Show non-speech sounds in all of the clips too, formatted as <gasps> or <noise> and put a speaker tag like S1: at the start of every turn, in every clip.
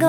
S1: 有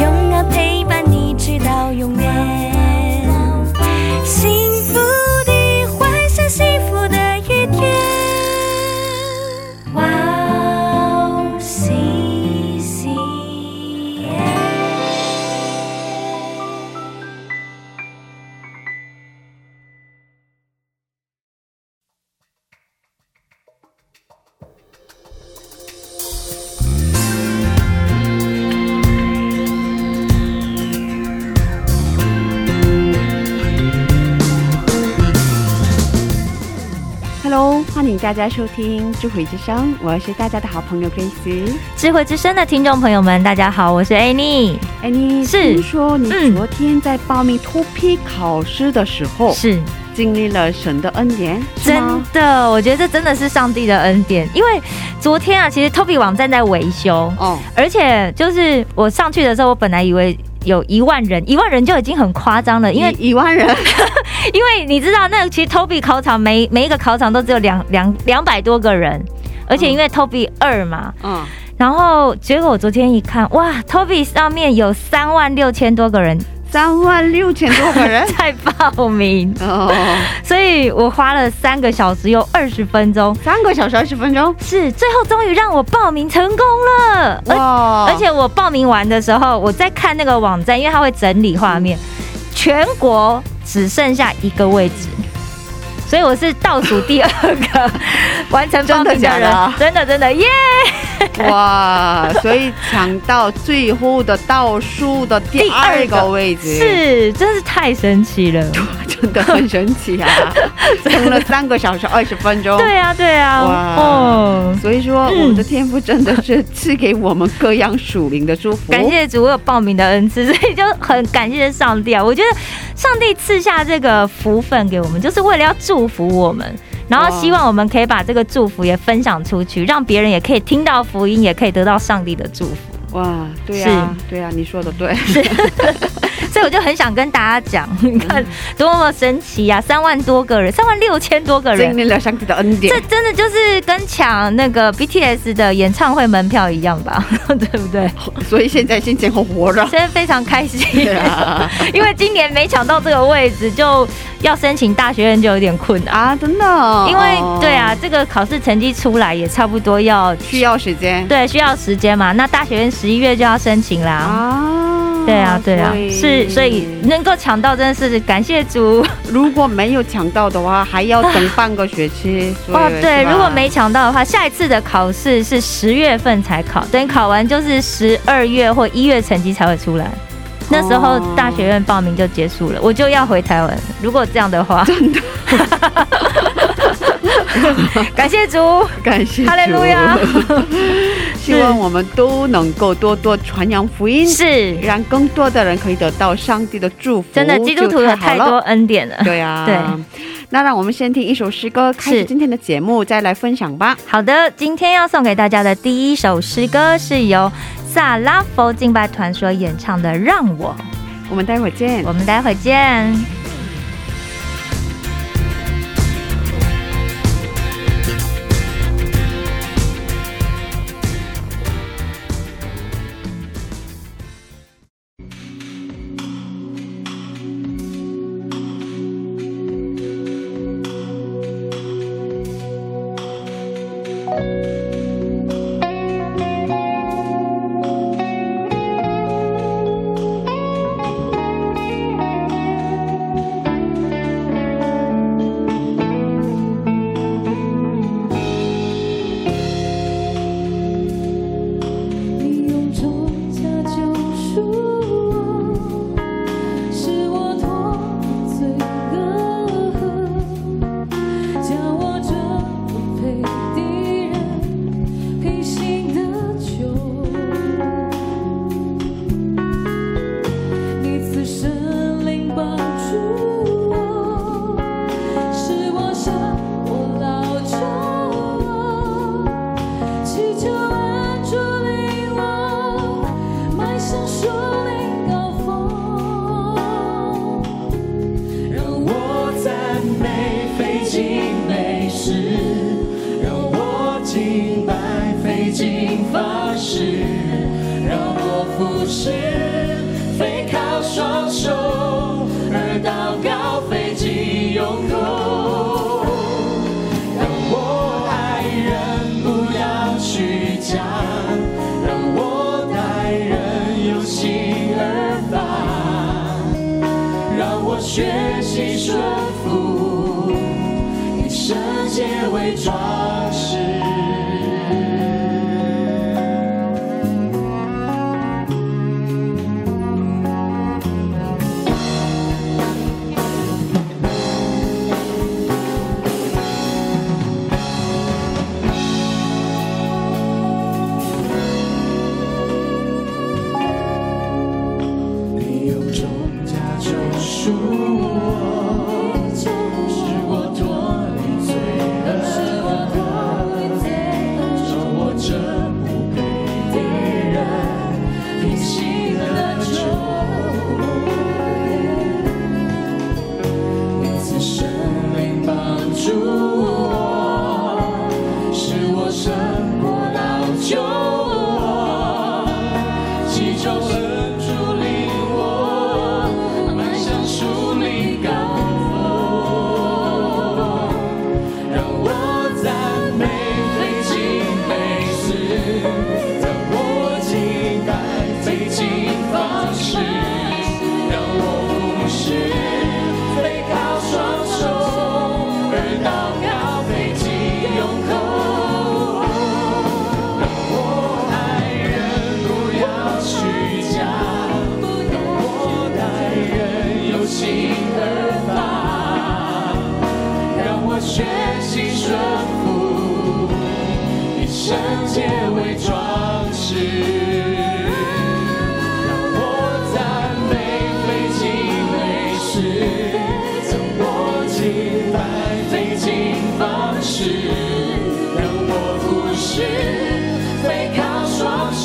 S1: 永远陪伴你直到永远。幸福的幻想，幸福的一天。哇哦，西西耶！
S2: Hello，欢迎大家收听智慧之声，我是大家的好朋友 Grace。
S3: 智慧之声的听众朋友们，大家好，我是 Annie。
S2: 哎，你
S3: 是
S2: 听说你
S3: 嗯
S2: 昨天在报名 TOPIK 考试的时候，
S3: 是
S2: 经历了神的恩典，哦是
S3: 真
S2: 吗
S3: 的，我觉得这真的是上帝的恩典，因为昨天啊，其实 Toby 网站在维修，
S2: 哦，
S3: 而且就是我上去的时候，我本来以为。有一万人，一万人就已经很夸张了，因为
S2: 一一万人，
S3: <laughs> 因为你知道，那其实 Toby 考场每每一个考场都只有两两两百多个人，而且因为 Toby 二嘛，
S2: 嗯，
S3: 然后结果我昨天一看，哇，Toby 上面有三万六千多个人，
S2: 三万六千多个人
S3: <laughs> 在报名，
S2: 哦，
S3: 所以我花了三个小时又二十分钟，
S2: 三个小时二十分钟，
S3: 是最后终于让我报名成功了。而
S2: 哇，
S3: 而且我报名完的时候，我在看那个网站，因为它会整理画面，全国只剩下一个位置。所以我是倒数第二个完成报名的
S2: 真的假
S3: 人
S2: 的，
S3: 真的真的耶！
S2: 哇，所以抢到最后的倒数的第
S3: 第二
S2: 二
S3: 个
S2: 个位置，
S3: 是，真是太神奇
S2: <laughs>
S3: 了。
S2: 真的很神
S3: <laughs>
S2: 奇啊！用了三个小时二十分钟。
S3: 对啊，对啊，
S2: 哇
S3: 哦，
S2: 所以说，
S3: 嗯
S2: 我们的天赋真的是赐给我们各样属灵的祝福。
S3: 感谢主，我有报名的恩赐， <laughs> 所以就很感谢上帝啊！我觉得上帝赐下这个福分给我们，就是为了要祝福我们，然后
S2: 哇
S3: 希望我们可以把这个祝福也分享出去，让别人也可以听到福音，也可以得到上帝的祝福。
S2: 哇，对啊，对啊，你说的 <laughs> 对。
S3: 所以我就很想跟大家讲， <laughs> 你看多么神奇呀、啊！三万多个人，三万六千多个
S2: 经
S3: 人。
S2: 历了上帝的恩典
S3: 这，真的就是跟抢那个 BTS 的演唱会门票一样吧， <laughs> 对不对？
S2: 所以现在心情很活啊着。
S3: 真的非常开心。
S2: 对啊，
S3: 因为今年没抢到这个位置，就要申请大学院就有点困
S2: <laughs>
S3: 难。
S2: 啊，真的。
S3: 因为
S2: 哦
S3: 对啊，，这个考试成绩出来也差不多要
S2: 需要时间。
S3: 对需要时间嘛。那大学院十一月就要申请啦。
S2: 啊，
S3: 对啊，对啊
S2: 所，以
S3: 是，所以能够抢到真的是感谢主
S2: <laughs> 如果没有抢到的话，还要等半个学 <laughs> 期。所以
S3: 哦。对，
S2: 是吧
S3: 如果没抢到的话，下一次的考试是十月份才考，等考完就是十二月或一月成绩才会出来。那时候
S2: 哦
S3: 大学院报名就结束了，我就要回台湾了。如果这样的话，真 <laughs> 的，感谢主。
S2: <laughs> 感谢主
S3: 哈利路亚，
S2: <laughs> 希望我们都能够多多传扬福音，
S3: 是，
S2: 让更多的人可以得到上帝的祝福。
S3: 真的，基督徒
S2: 就
S3: 有
S2: 好
S3: 哦太
S2: 了
S3: 多。恩典
S2: <laughs>
S3: 了。
S2: 对啊，
S3: 对。
S2: 那让我们先听一首诗歌，开始
S3: 是
S2: 今天的节目，再来分享吧。
S3: 好的，今天要送给大家的第一首诗歌是由萨拉佛敬拜团所演唱的《让我》，
S2: 我们待会儿见。
S3: 我们待会见。
S4: 结为装饰。你用重价救赎我，使我脱离罪恶，让我这不配的人平息了咒语。一次神灵帮助我，使我胜过老旧我。其中神主领我，迈向树林高峰，让我赞美飞进美食，让我期待飞进方式，让我不是背靠双手而祷告飞进永恒。我爱人不要虚假，让我待人由心而发，让我学习顺服，以圣洁为装饰。让我赞美飞进美食，让我期待飞进方式，让我不是背靠双手，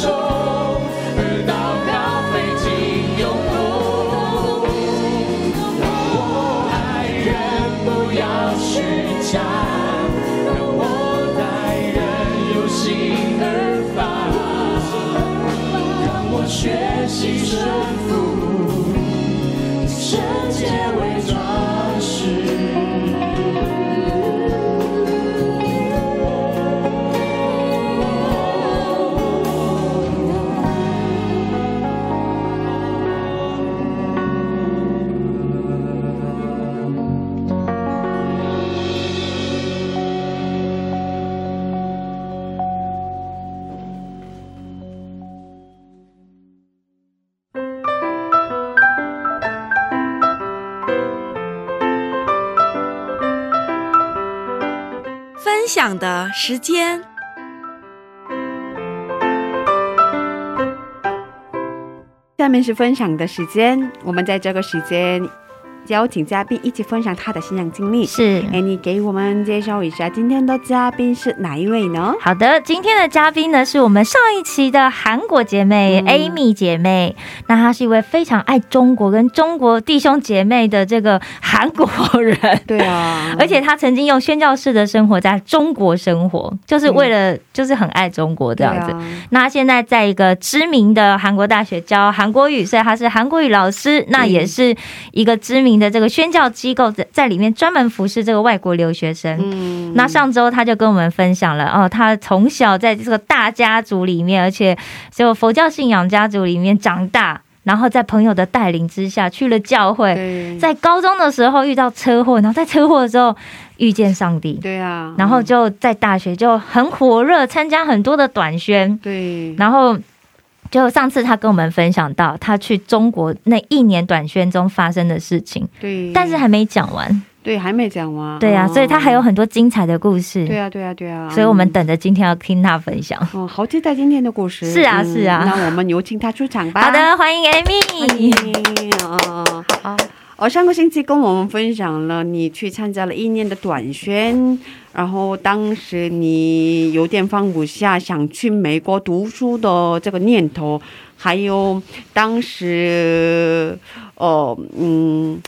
S4: 而祷告飞进永恒。让我爱人不要虚假，让我待人由心而发。让我学习顺服，以圣洁为装饰。
S5: 分享的时间。
S2: 下面是分享的时间，我们在这个时间邀请嘉宾一起分享他的信仰经历。
S3: 是。
S2: 哎，你给我们介绍一下今天的嘉宾是哪一位呢？
S3: 好的，今天的嘉宾呢是我们上一期的韩国姐妹、
S2: 嗯
S3: Amy 姐妹，那她是一位非常爱中国跟中国弟兄姐妹的这个韩国人，
S2: 对啊
S3: 而且她曾经用宣教士的生活在中国生活，就是为了、就是很爱中国这样子。
S2: 嗯对啊
S3: 那她现在在一个知名的韩国大学教韩国语，所以她是韩国语老师。
S2: 嗯
S3: 那也是一个知名的这个宣教机构，在在里面专门服侍这个外国留学生。
S2: 嗯
S3: 那上周他就跟我们分享了哦，他从小在这个大家族里面，而且就佛教信仰家族里面长大，然后在朋友的带领之下去了教会，
S2: 对
S3: 在高中的时候遇到车祸，然后在车祸的时候遇见上帝，
S2: 对啊，
S3: 然后就在大学就很火热，参加很多的短宣，
S2: 对，
S3: 然后。就上次他跟我们分享到他去中国那一年短宣中发生的事情，
S2: 对，
S3: 但是还没讲完，
S2: 对还没讲完，
S3: 对啊，
S2: 嗯
S3: 所以他还有很多精彩的故事。
S2: 对啊对啊对啊，
S3: 所以我们等着今天要听他分享。
S2: 哦，好期待今天的故事。
S3: 是啊
S2: 嗯
S3: 是啊
S2: 那我们有请他出场吧。
S3: 好的，欢迎
S2: 嗯欢
S3: Amy。
S2: 迎。哦，好。哦，上个星期跟我们分享了你去参加了一年的短宣，然后当时你有点放不下想去美国读书的这个念头，还有当时，哦，嗯，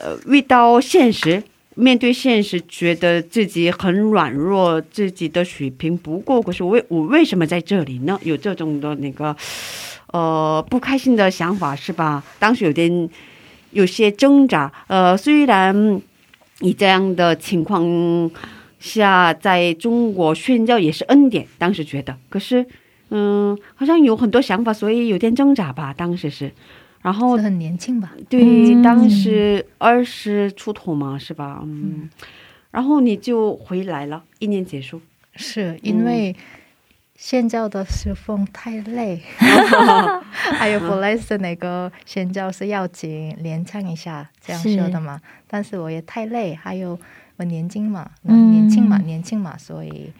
S2: 呃，遇到现实，面对现实，觉得自己很软弱，自己的水平不够。可是我为我为什么在这里呢？有这种的那个，呃，不开心的想法是吧？当时有点有些挣扎。呃，虽然以这样的情况下，在中国宣教也是恩典，当时觉得，可是，嗯，好像有很多想法，所以有点挣扎吧。当时是，然后
S6: 是
S2: 嗯
S6: 很年轻吧？
S2: 对，
S3: 嗯
S2: 当时二十出头嘛，是吧？嗯，然后你就回来了，一年结束。
S6: 是因为
S2: 嗯
S6: 宣教的侍奉太
S2: <laughs>
S6: 累，哎还
S2: 嗯
S6: 有不类似那个宣教是要紧连唱一下这样说的嘛，但是我也太累，还有我年轻嘛，
S3: 嗯
S6: 年轻嘛，年轻嘛，所以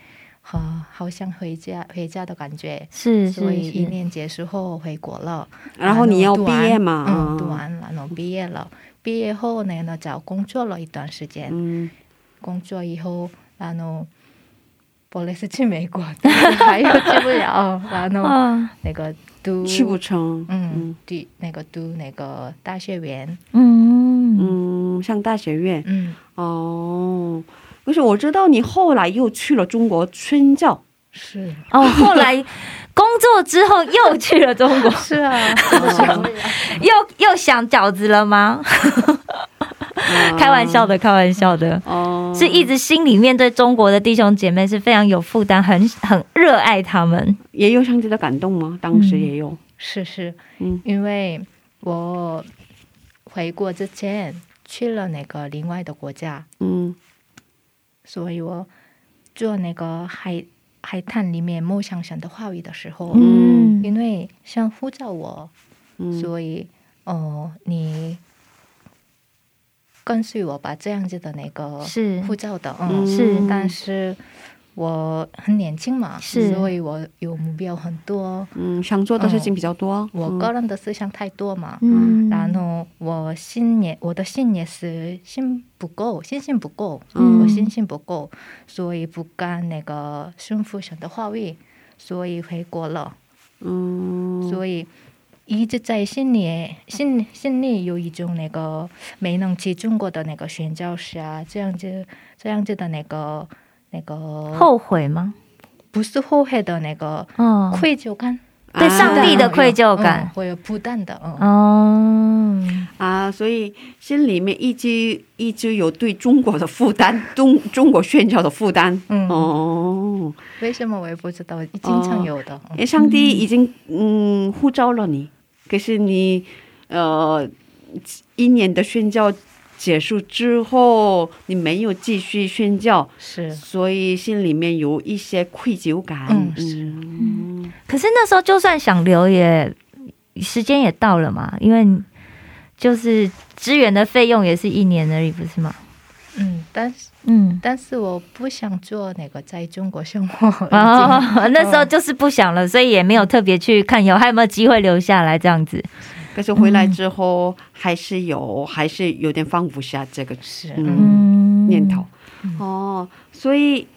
S6: 和好想回家回家的感觉。
S3: 是
S6: 所以
S3: 是
S6: 一
S3: 是，
S6: 年结束后回国了，
S2: 然后你要
S6: 啊读
S2: 毕
S6: 完
S2: 业嘛，啊
S6: 嗯，读完了，然后毕业了，毕业后呢，呢找工作了一段时间，
S2: 嗯，
S6: 工作以后，然后本来是去美国，但是还有去不了，然后
S3: 嗯
S6: 那个读
S2: 去不成，
S6: 嗯，读那个读那个大学园，
S3: 嗯
S2: 嗯，上大学院
S6: 嗯，
S2: 哦。可是我知道你后来又去了中国宣教，
S6: 是
S3: 哦，后来工作之后又去了中国，
S6: 是啊，
S3: 又又想饺子了吗？
S2: 嗯
S3: 开玩笑的，开玩笑的。
S2: 啊哦，
S3: 是一直心里面对中国的弟兄姐妹是非常有负担，很很热爱他们。
S2: 也有上帝的感动吗？当时也有，
S6: <laughs> 是是，
S2: 嗯
S6: 因为我回国之前去了那个另外的国家，
S2: 嗯
S6: 所以我做那个海海滩里面梦想神的话语的时候，
S2: 嗯
S6: 因为像呼叫我，
S2: 嗯
S6: 所以哦、呃你跟随我吧，这样子的那个
S3: 是
S6: 护照的，
S2: 嗯
S6: 嗯，
S3: 是
S6: 但是我很年轻嘛，
S3: 是
S6: 所以我有目标很多，
S2: 嗯，想做的事情比较多，
S6: 我
S2: 嗯
S6: 个人的思想太多嘛，
S3: 嗯
S6: 然后我信也我的信也是信不够，信心不够，
S3: 嗯
S6: 我信心不够，所以不敢那个顺服神的话语，所以回国了。
S2: 嗯
S6: 所以一直在心里心心里有一种那个没能去中国的那个宣教师啊，这样子这样子的那个那个
S3: 后悔吗？
S6: 不是后悔的那个
S3: 哦，
S6: 愧疚感，
S2: 啊
S3: 对上帝的
S6: 嗯
S3: 愧疚感
S6: 嗯会有不淡的，嗯，
S3: 哦，
S2: 啊，所以心里面一直一直有对中国的负担，中中国宣教的负担，
S6: 嗯
S2: 哦，
S6: 为什么我也不知道，经常有的，嗯
S2: 诶哎上帝已经嗯呼召了你，可是你呃一年的宣教结束之后，你没有继续宣教，
S6: 是
S2: 所以心里面有一些愧疚感。
S6: 嗯
S2: 嗯
S3: 可是那时候就算想留也，时间也到了嘛，因为就是支援的费用也是一年而已，不是吗？
S6: 嗯，但是
S3: 嗯，
S6: 但是我不想做那个在中国生活，
S3: 哦 <laughs>
S6: 已经，
S3: 那时候就是不想了，所以也没有特别去看有还有没有机会留下来这样子。
S2: 可是回来之后，还是有，还是有点放不下这个
S6: 是
S2: 嗯
S6: 嗯
S3: 嗯，
S2: 念头。哦，所以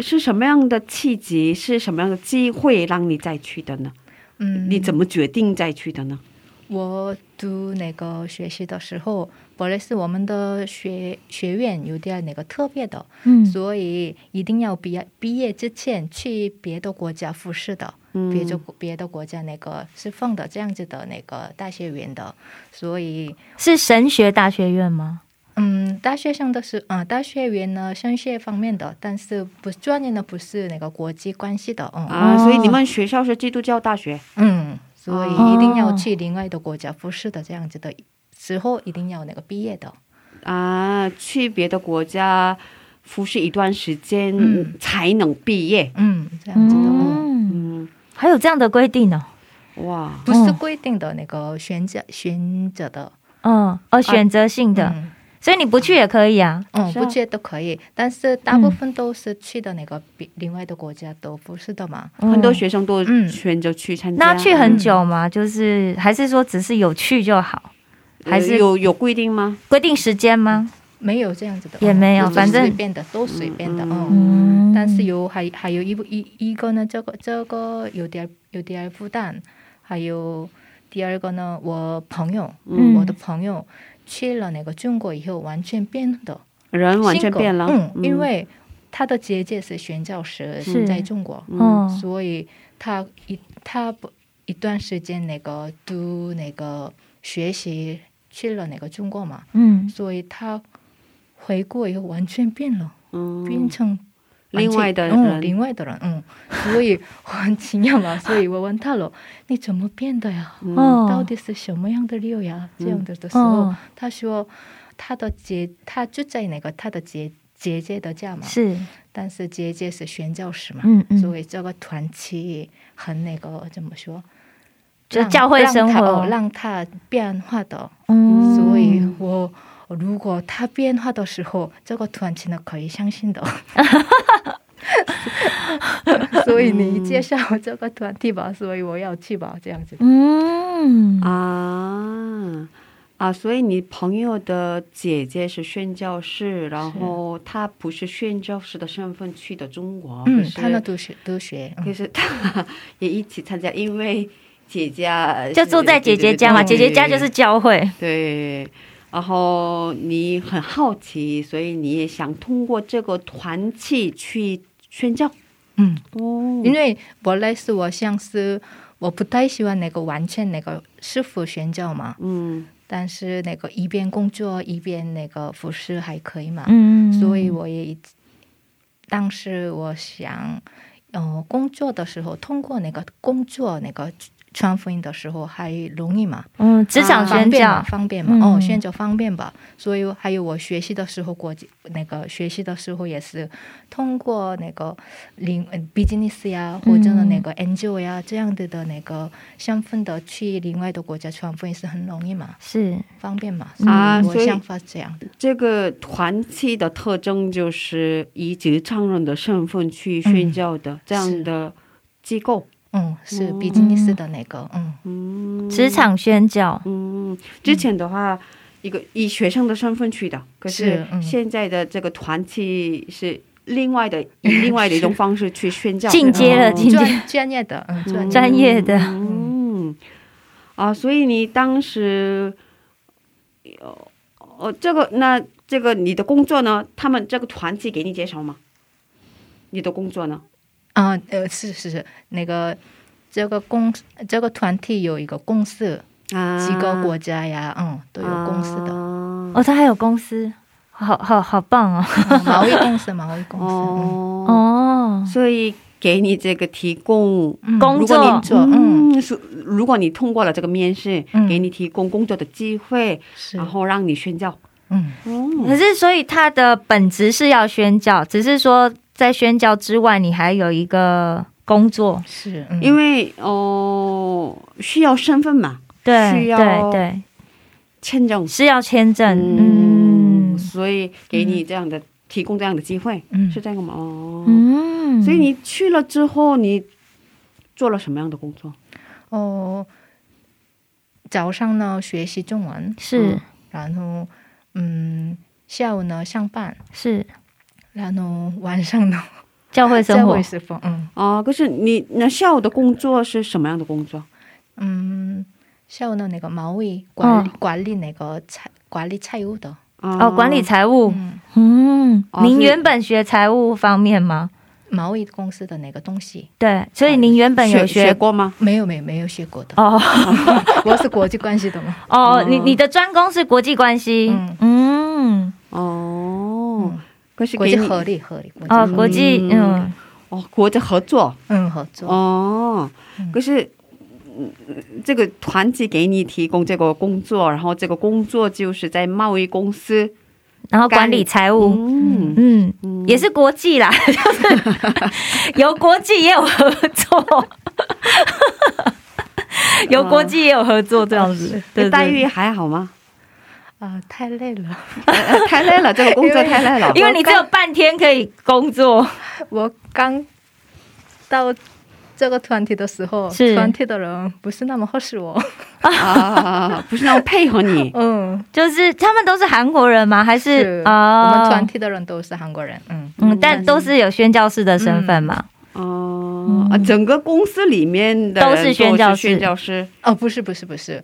S2: 是什么样的契机，是什么样的机会让你再去的呢？
S6: 嗯，
S2: 你怎么决定再去的呢？
S6: 我读那个学习的时候，本来是我们的学学院有点那个特别的，
S3: 嗯，
S6: 所以一定要毕业毕业之前去别的国家复试的，
S2: 嗯
S6: 别的别的国家那个释放的这样子的那个大学院的，所以
S3: 是神学大学院吗？
S6: 嗯，大学生的是嗯、大学院呢升学方面的，但是不专业呢不是那个国际关系的，嗯、
S2: 啊，
S3: 哦
S2: 所以你们学校是基督教大学，
S6: 嗯，所以
S2: 哦
S6: 一定要去另外的国家复试的这样子的，之后一定要那个毕业的。
S2: 啊，去别的国家服侍一段时间、
S6: 嗯
S2: 才能毕业。
S6: 嗯，这样子的，嗯，
S3: 嗯，
S2: 嗯，
S3: 还有这样的规定呢、
S2: 哇，
S6: 不是规定的那个选择选择的，
S3: 嗯，哦，选择性的、
S6: 嗯，
S3: 所以你不去也可以啊。
S6: 嗯，
S3: 是啊
S6: 不去都可以，但是大部分都是去的那个比另外的国家都不是的嘛，
S3: 嗯
S2: 很多学生都
S6: 嗯
S2: 选择去参加。嗯
S3: 那去很久吗？就是还是说只是有去就好？
S2: 呃
S3: 还是
S2: 有有规定吗？
S3: 规定时间吗？
S6: 没有这样子的，
S3: 也没有
S6: 嗯
S3: 反正
S6: 随便的都随便的，嗯。
S3: 嗯，
S6: 但是有还还有一部一一个呢，这个这个有点有点负担，还有第二个呢，我朋友，
S3: 嗯
S6: 我的朋友去了那个中国以后完全变的，
S2: 人完全变了，
S6: 嗯，因为他的姐姐是宣教师，
S3: 是
S6: 在中国，
S3: 嗯
S6: 所以他一他不一段时间那个读那个学习去了那个中国嘛，
S3: 嗯
S6: 所以他回国以后完全变了，变
S2: 嗯，
S6: 成完全。
S2: 另外的
S6: 嗯，
S2: 人，
S6: 另外的人，嗯，所以我很惊讶
S2: <laughs>
S6: 嘛，所以我问他了，你怎么变的呀？
S2: 嗯
S3: 哦，
S6: 到底是什么样的理由呀？这样的的时候，
S3: 哦
S6: 他说他的姐，他就在那个他的姐结界的教嘛，
S3: 是，
S6: 但是结界是宣教师嘛，
S3: 嗯嗯
S6: 啊所以这个团契很那个怎么说，
S3: 就
S6: 让
S3: 教会
S6: 让
S3: 生
S6: 他
S3: 活
S6: 哦让他变化的，
S3: 嗯
S6: 所以我。如果他变化的时候，这个团契呢可以相信的。 <laughs> 所以你介绍这个团体吧，所以我要去吧，这样子。
S3: 嗯
S2: 啊啊，所以你朋友的姐姐是宣教士，然后她不是宣教士的身份去的中国，可
S6: 嗯，
S2: 是
S6: 他呢读学读学，嗯
S2: 可是她 <laughs> 也一起参加，因为姐姐啊
S3: 就住在姐姐家嘛，
S2: 对
S3: 姐
S2: 对
S3: 姐家就是
S2: 对
S3: 教会，
S2: 对。然后你很好奇，所以你也想通过这个团契去宣教
S6: 嗯，
S2: 哦
S6: 因为本来是我像是我不太喜欢那个完全那个师傅宣教嘛，
S2: 嗯
S6: 但是那个一边工作一边那个服饰还可以嘛，
S3: 嗯，
S6: 所以我也当时我想，呃，工作的时候通过那个工作那个传福音的时候还容易嘛，
S3: 嗯，职场宣
S6: 方便嘛，
S3: 教，
S6: 方便嘛，
S3: 嗯
S6: 哦，宣教方便吧。所以还有我学习的时候，国际那个学习的时候也是通过那个领呃 business
S3: 嗯
S6: 呀，或者呢那个 NGO 呀这样子的那个身份的去另外的国家传福音是很容易嘛，
S3: 是
S6: 方便嘛。
S2: 啊
S6: 所以
S2: 所
S6: 我
S2: 以
S6: 想法是这样的。
S2: 这个团契的特征就是以职场人的身份去宣教的、这样的机构。
S6: 嗯，是
S2: 嗯
S6: business 的那个，嗯，
S3: 职场宣教，
S2: 嗯，之前的话，一个以学生的身份去的，可是
S6: 是嗯
S2: 现在的这个团契是另外的，以另外的一种方式去宣教的，
S3: 进阶了
S2: 哦
S3: 进
S6: 专专业的，嗯，专业的
S3: 专业的，
S2: 嗯，啊，所以你当时，呃，呃这个那这个你的工作呢？他们这个团契给你介绍吗？你的工作呢？
S6: 啊，呃，是是是，那个这个公这个团体有一个公司，
S2: 啊
S6: 几个国家呀，嗯，都有公司的，
S2: 啊
S3: 哦，他还有公司，好好好棒哦，
S6: 嗯毛衣
S2: <laughs>
S6: 公司，毛衣公司，
S2: 哦，
S3: 哦，
S2: 所以给你这个提供
S6: 嗯，
S3: 工
S2: 如果你
S3: 作
S6: 做嗯，
S2: 是如果你通过了这个面试，
S6: 嗯
S2: 给你提供工作的机会，
S6: 是
S2: 然，后让你宣教。
S6: 嗯，
S2: 哦
S3: 可是所以他的本职是要宣教，只是说在宣教之外，你还有一个工作，
S6: 是，嗯
S2: 因
S6: 为
S2: 为哦、需要身份嘛，
S3: 对
S2: 需要
S3: 对对，
S2: 签证，
S3: 是要签证，嗯
S2: 所以给你这样的、提供这样的机会，
S6: 嗯
S2: 是这样吗？哦，
S3: 嗯，
S2: 所以你去了之后，你做了什么样的工作？
S6: 哦，早上呢学习中文，
S3: 是
S6: 然后嗯，下午呢上班，
S3: 是
S6: 然后晚上 <laughs> 呢
S3: 教会生
S6: 教
S3: 活
S6: 会，师傅，嗯
S2: 啊，可是你那下午的工作是什么样的工作？
S6: 嗯，下午呢那个毛衣管理
S3: 哦
S6: 管理那个菜管理菜务的，
S2: 啊
S3: 哦，管理财务，
S6: 嗯。
S3: 嗯，
S2: 哦
S3: 您
S2: 是
S3: 原本学财务方面吗？
S6: 毛衣公司的那个东西，
S3: 对，所以您原本有
S2: 学
S3: 学
S2: 学过吗？
S6: 没有没有没有学过的，
S3: 哦
S6: <laughs> 我是国际关系的嘛。
S3: 哦，
S2: 嗯
S3: 你你的专攻是国际关系，嗯，
S2: 哦，
S6: 嗯
S2: 可是
S6: 国
S2: 给
S6: 际
S2: 你
S6: 合力合力，国际
S3: 哦，
S6: 合
S3: 国
S6: 力
S3: 际，嗯
S2: 嗯，哦，国家合作
S6: 嗯合
S2: 어.
S6: 作，
S2: 哦，可是。嗯这个团体给你提供这个工作，然后这个工作就是在贸易公司，
S3: 然后管理财务，
S2: 嗯，
S3: 哦嗯，也是国际啦， <laughs> 就是有国际也有合 <laughs> 作，有国际也有合作这样子，
S2: 这
S3: 对对
S2: 待遇还好吗？
S6: 啊，太累 <laughs> 了。
S3: <laughs>
S2: 呃太累了，这个工作太累了。
S3: 因为你只有半天可以工作，
S6: 我刚到这个团体的时候，
S3: 是
S6: 团体的人不是那么合 <laughs> 适我。
S2: 啊，不是那么配合
S3: <laughs>
S2: 你
S6: 嗯，
S3: 就是他们都是韩国人吗？还是
S6: 我
S3: 啊？
S6: 们团体的人都是韩国人。嗯，
S3: 嗯，但都是有宣教士的身份嘛。
S2: 哦、啊，整个公司里面的人
S3: 都是宣教
S2: 都
S3: 士
S2: 是宣教师
S6: 哦，不是不是不是。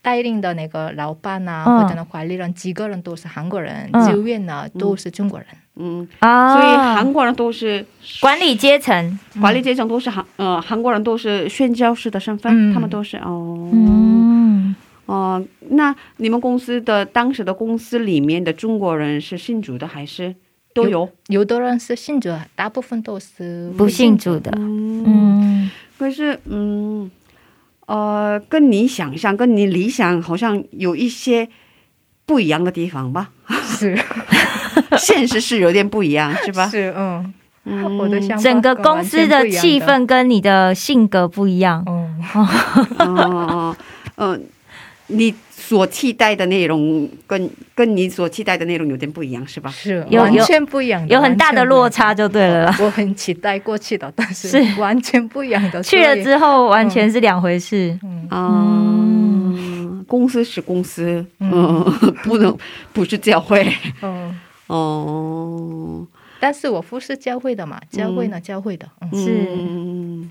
S6: 带领的那个老板呐、
S3: 嗯
S6: 或者呢管理人，几个人都是韩国人，
S3: 嗯
S6: 职员呢都是中国人。
S2: 嗯，
S3: 啊，
S2: 所以韩国人都是
S3: 管理阶层，
S2: 管理阶层都是韩呃韩国人都是宣教师的身份，
S6: 嗯
S2: 他们都是哦。
S3: 嗯，
S2: 哦、那你们公司的当时的公司里面的中国人是信主的还是都有？
S6: 有的人是信主，大部分都是
S3: 不信主的，
S2: 嗯，
S3: 嗯，
S2: 可是嗯，呃，跟你想象、跟你
S3: <laughs>
S2: 理想好像有一些不一样的地方吧？
S6: 是
S2: 现实是有点不一样，是吧？
S6: 是嗯，
S2: 嗯
S6: 我的想法
S3: 整个
S6: 跟
S3: 公
S6: 完
S3: 司
S6: 全
S3: 的
S6: 不一样
S3: 气氛跟你的性格不一样，
S6: 嗯，
S2: 嗯嗯嗯，你所期待的内容跟跟你所期待的内容有点不一样，是吧？
S6: 是
S3: 有
S6: 完
S3: 有
S6: 全不一样的，
S3: 有很大的落
S6: 完
S3: 差就对
S6: 全不一
S3: 了
S6: 样。
S3: 啦。
S6: 我很期待过去的，但是
S3: 是
S6: 完全不一样的。
S3: 去了
S6: 所以
S3: 之后完全是两回事。
S6: 嗯，
S2: 嗯，哦公司是公司，嗯，不能不是教会
S6: 嗯，
S2: 哦。
S6: 但是我夫是教会的嘛，教会呢，教会的，嗯，
S3: 是
S2: 嗯，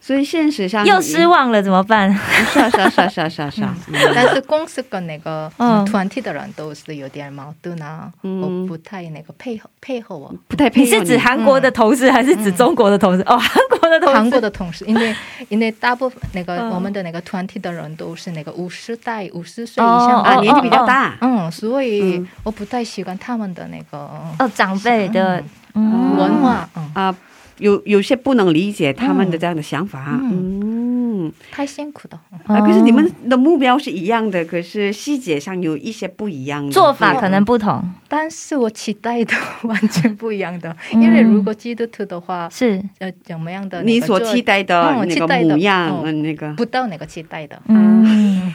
S2: 所以现实上
S3: 又失，望嗯了怎么办？
S2: 是啊是啊是啊是啊是啊是啊，
S6: 但是公司跟那个
S3: 嗯
S6: 团体的人都是有点矛盾啊，
S2: 嗯
S6: 我不太那个配合配合我。
S2: 不太配
S3: 你
S2: 合
S3: 是指韩国的同事还是指中国的同事？哦，韩国的同事，
S6: 韩国的同事，因为因为大部分那个
S3: 嗯
S6: 我们的那个团体的人都是那个五十代、五十岁以
S3: 哦
S6: 上
S2: 啊
S6: 的
S2: 年纪比较大，
S6: 嗯，所以
S2: 嗯
S6: 我不太喜欢他们的那个
S3: 哦，长辈的，嗯，
S6: 文化，嗯，
S2: 啊，有有些不能理解他们的这样的想法，嗯。
S6: 太辛苦的。嗯
S2: 啊，可是你
S3: 哦
S2: 们的目标是一样的，可是细节上有一些不一样的
S3: 做法可能不同，
S6: 但是我期待的完全不一样的，因为如果基督徒的话，
S3: 是，
S6: 呃，怎么样的那
S2: 嗯你
S6: 个
S2: 所
S6: 做
S2: 期待的
S6: 嗯我
S2: 那
S6: 期
S2: 个
S6: 待的
S2: 模样，
S6: 哦
S2: 嗯，那个
S6: 不到那个期待的，
S3: 嗯，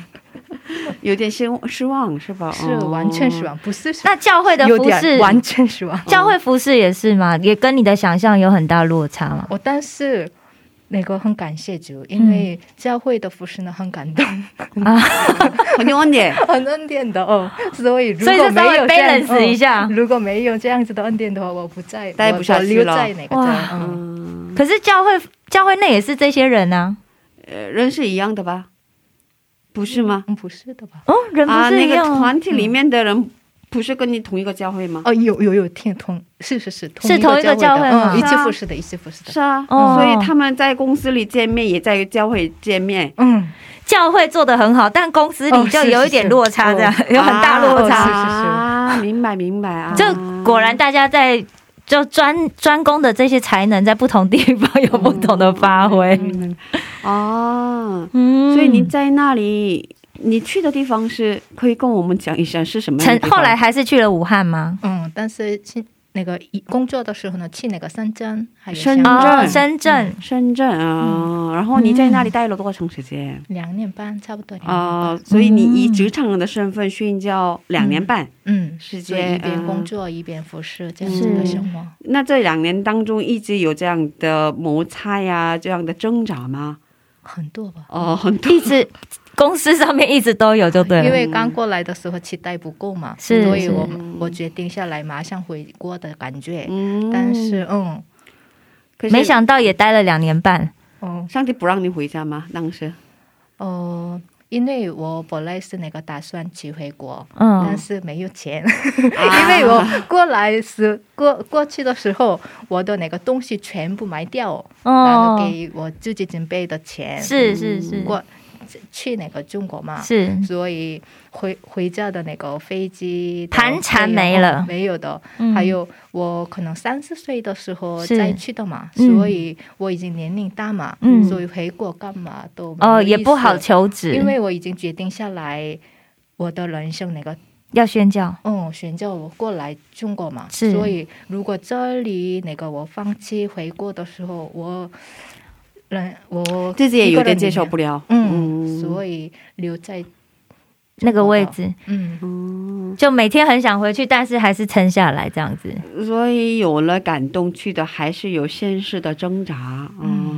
S2: 有点失望失望是吧？
S6: 是
S2: 哦
S6: 完全失望，不是
S3: 那教会的
S6: 有
S3: 服
S6: 点
S3: 饰，
S6: 完全失望。 <laughs>
S3: 教会服饰也是嘛，也跟你的想象有很大落差嘛。
S6: 我但是那个很感谢主，
S3: 嗯
S6: 因为教会的服饰呢很感动， <laughs>
S2: 很有点。
S6: 很恩典的哦，所以如
S3: 所以
S6: 果
S3: 就稍
S6: 没
S3: 微
S6: 有这样
S3: balance 一下
S6: 嗯如果没有这样子的恩典的话，我不在，
S2: 待不下
S6: 我
S2: 去
S6: 留
S2: 了
S6: 在那个
S3: 哇
S6: 在嗯。
S2: 嗯，
S3: 可是教会教会内也是这些人啊，
S2: 呃，人是一样的吧？不是吗？
S6: 嗯不是的吧？
S3: 哦，人不
S2: 啊，
S3: 是
S2: 那
S3: 一
S2: 个
S3: 样嗯吗
S2: 团体里面的人不是跟你同一个教会吗？
S6: 哦，有有有，听同是是是，
S3: 是同一个教
S6: 教
S3: 会
S6: 的
S3: 吗
S6: 嗯，一
S2: 是
S6: 起
S2: 啊
S6: 服饰的，一起服饰的，
S2: 是啊，
S3: 哦
S2: 所以他们在公司里见面，也在教会见面，
S6: 嗯，
S3: 教会做的很好，但公司
S2: 哦
S3: 里就有一点落差，这样、
S6: 哦是
S3: 有很大落差。
S2: 啊，是是是，明白明白啊，
S3: 就果然大家在就专专攻的这些才能，在不同地方有不同的发挥。
S2: 哦，
S3: 嗯
S2: 嗯所以你在那里，你去的地方是可以跟我们讲一下是什么样
S3: 成
S2: 的地方？
S3: 后来还是去了武汉吗？
S6: 嗯，但是去那个一工作的时候呢，去那个深圳还有
S2: 深
S6: 香港
S2: 圳
S3: 哦，深圳、
S2: 深圳啊、然后你在那里待了多长时间？
S6: 两年半，差不多两年半。
S2: 啊、
S3: 哦
S2: 所以你以职场人的身份训教两年半，
S6: 嗯，
S2: 时
S6: 所以
S2: 间
S6: 一边工作、一边服侍这样子的生活。
S2: 那这两年当中一直有这样的摩擦呀，这样的挣扎吗？
S6: 很多吧，
S2: 哦、很多
S3: 一直公司上面一直都有，就对了。
S6: 因为刚过来的时候期待不够嘛，
S3: 是
S6: 所以我
S3: 是
S6: 我决定下来马上回国的感觉。
S2: 嗯，
S6: 但是，嗯，
S2: 可是
S3: 没想到也待了两年半，
S6: 哦，
S2: 上帝不让你回家吗？当时
S6: 哦，因为我本来是那个打算去回国，但
S2: 啊
S3: 嗯，
S6: 是没有钱， <laughs> 因为我过来时过过去的时候，我的那个东西全部卖掉，然后
S3: 哦，
S6: 给我自己准备的钱，
S3: 是是是
S6: 嗯过去那个中国嘛，
S3: 是，
S6: 所以回回家的那个飞机的
S3: 盘缠
S6: 费用
S3: 没了
S6: 没有的。
S3: 嗯
S6: 还有我可能三十岁的时候
S3: 是
S6: 再去的嘛，
S3: 嗯
S6: 所以我已经年龄大嘛，
S3: 嗯
S6: 所以回国干嘛都没有
S3: 哦
S6: 意
S3: 也不好
S6: 思，
S3: 求职，
S6: 因为我已经决定下来。我的人生那个，
S3: 要宣教，
S6: 嗯，选择我过来中国嘛，
S3: 是
S6: 所以如果这里那个我放弃回国的时候，我人我
S2: 自己也有点接受
S6: 受
S2: 不了，
S6: 嗯，所以留在
S3: 那个位置
S6: 嗯
S3: 就每天很想回去，但是还是撑下来这样子。
S2: 所以有了感动去的，还是有现实的挣扎啊、
S6: 嗯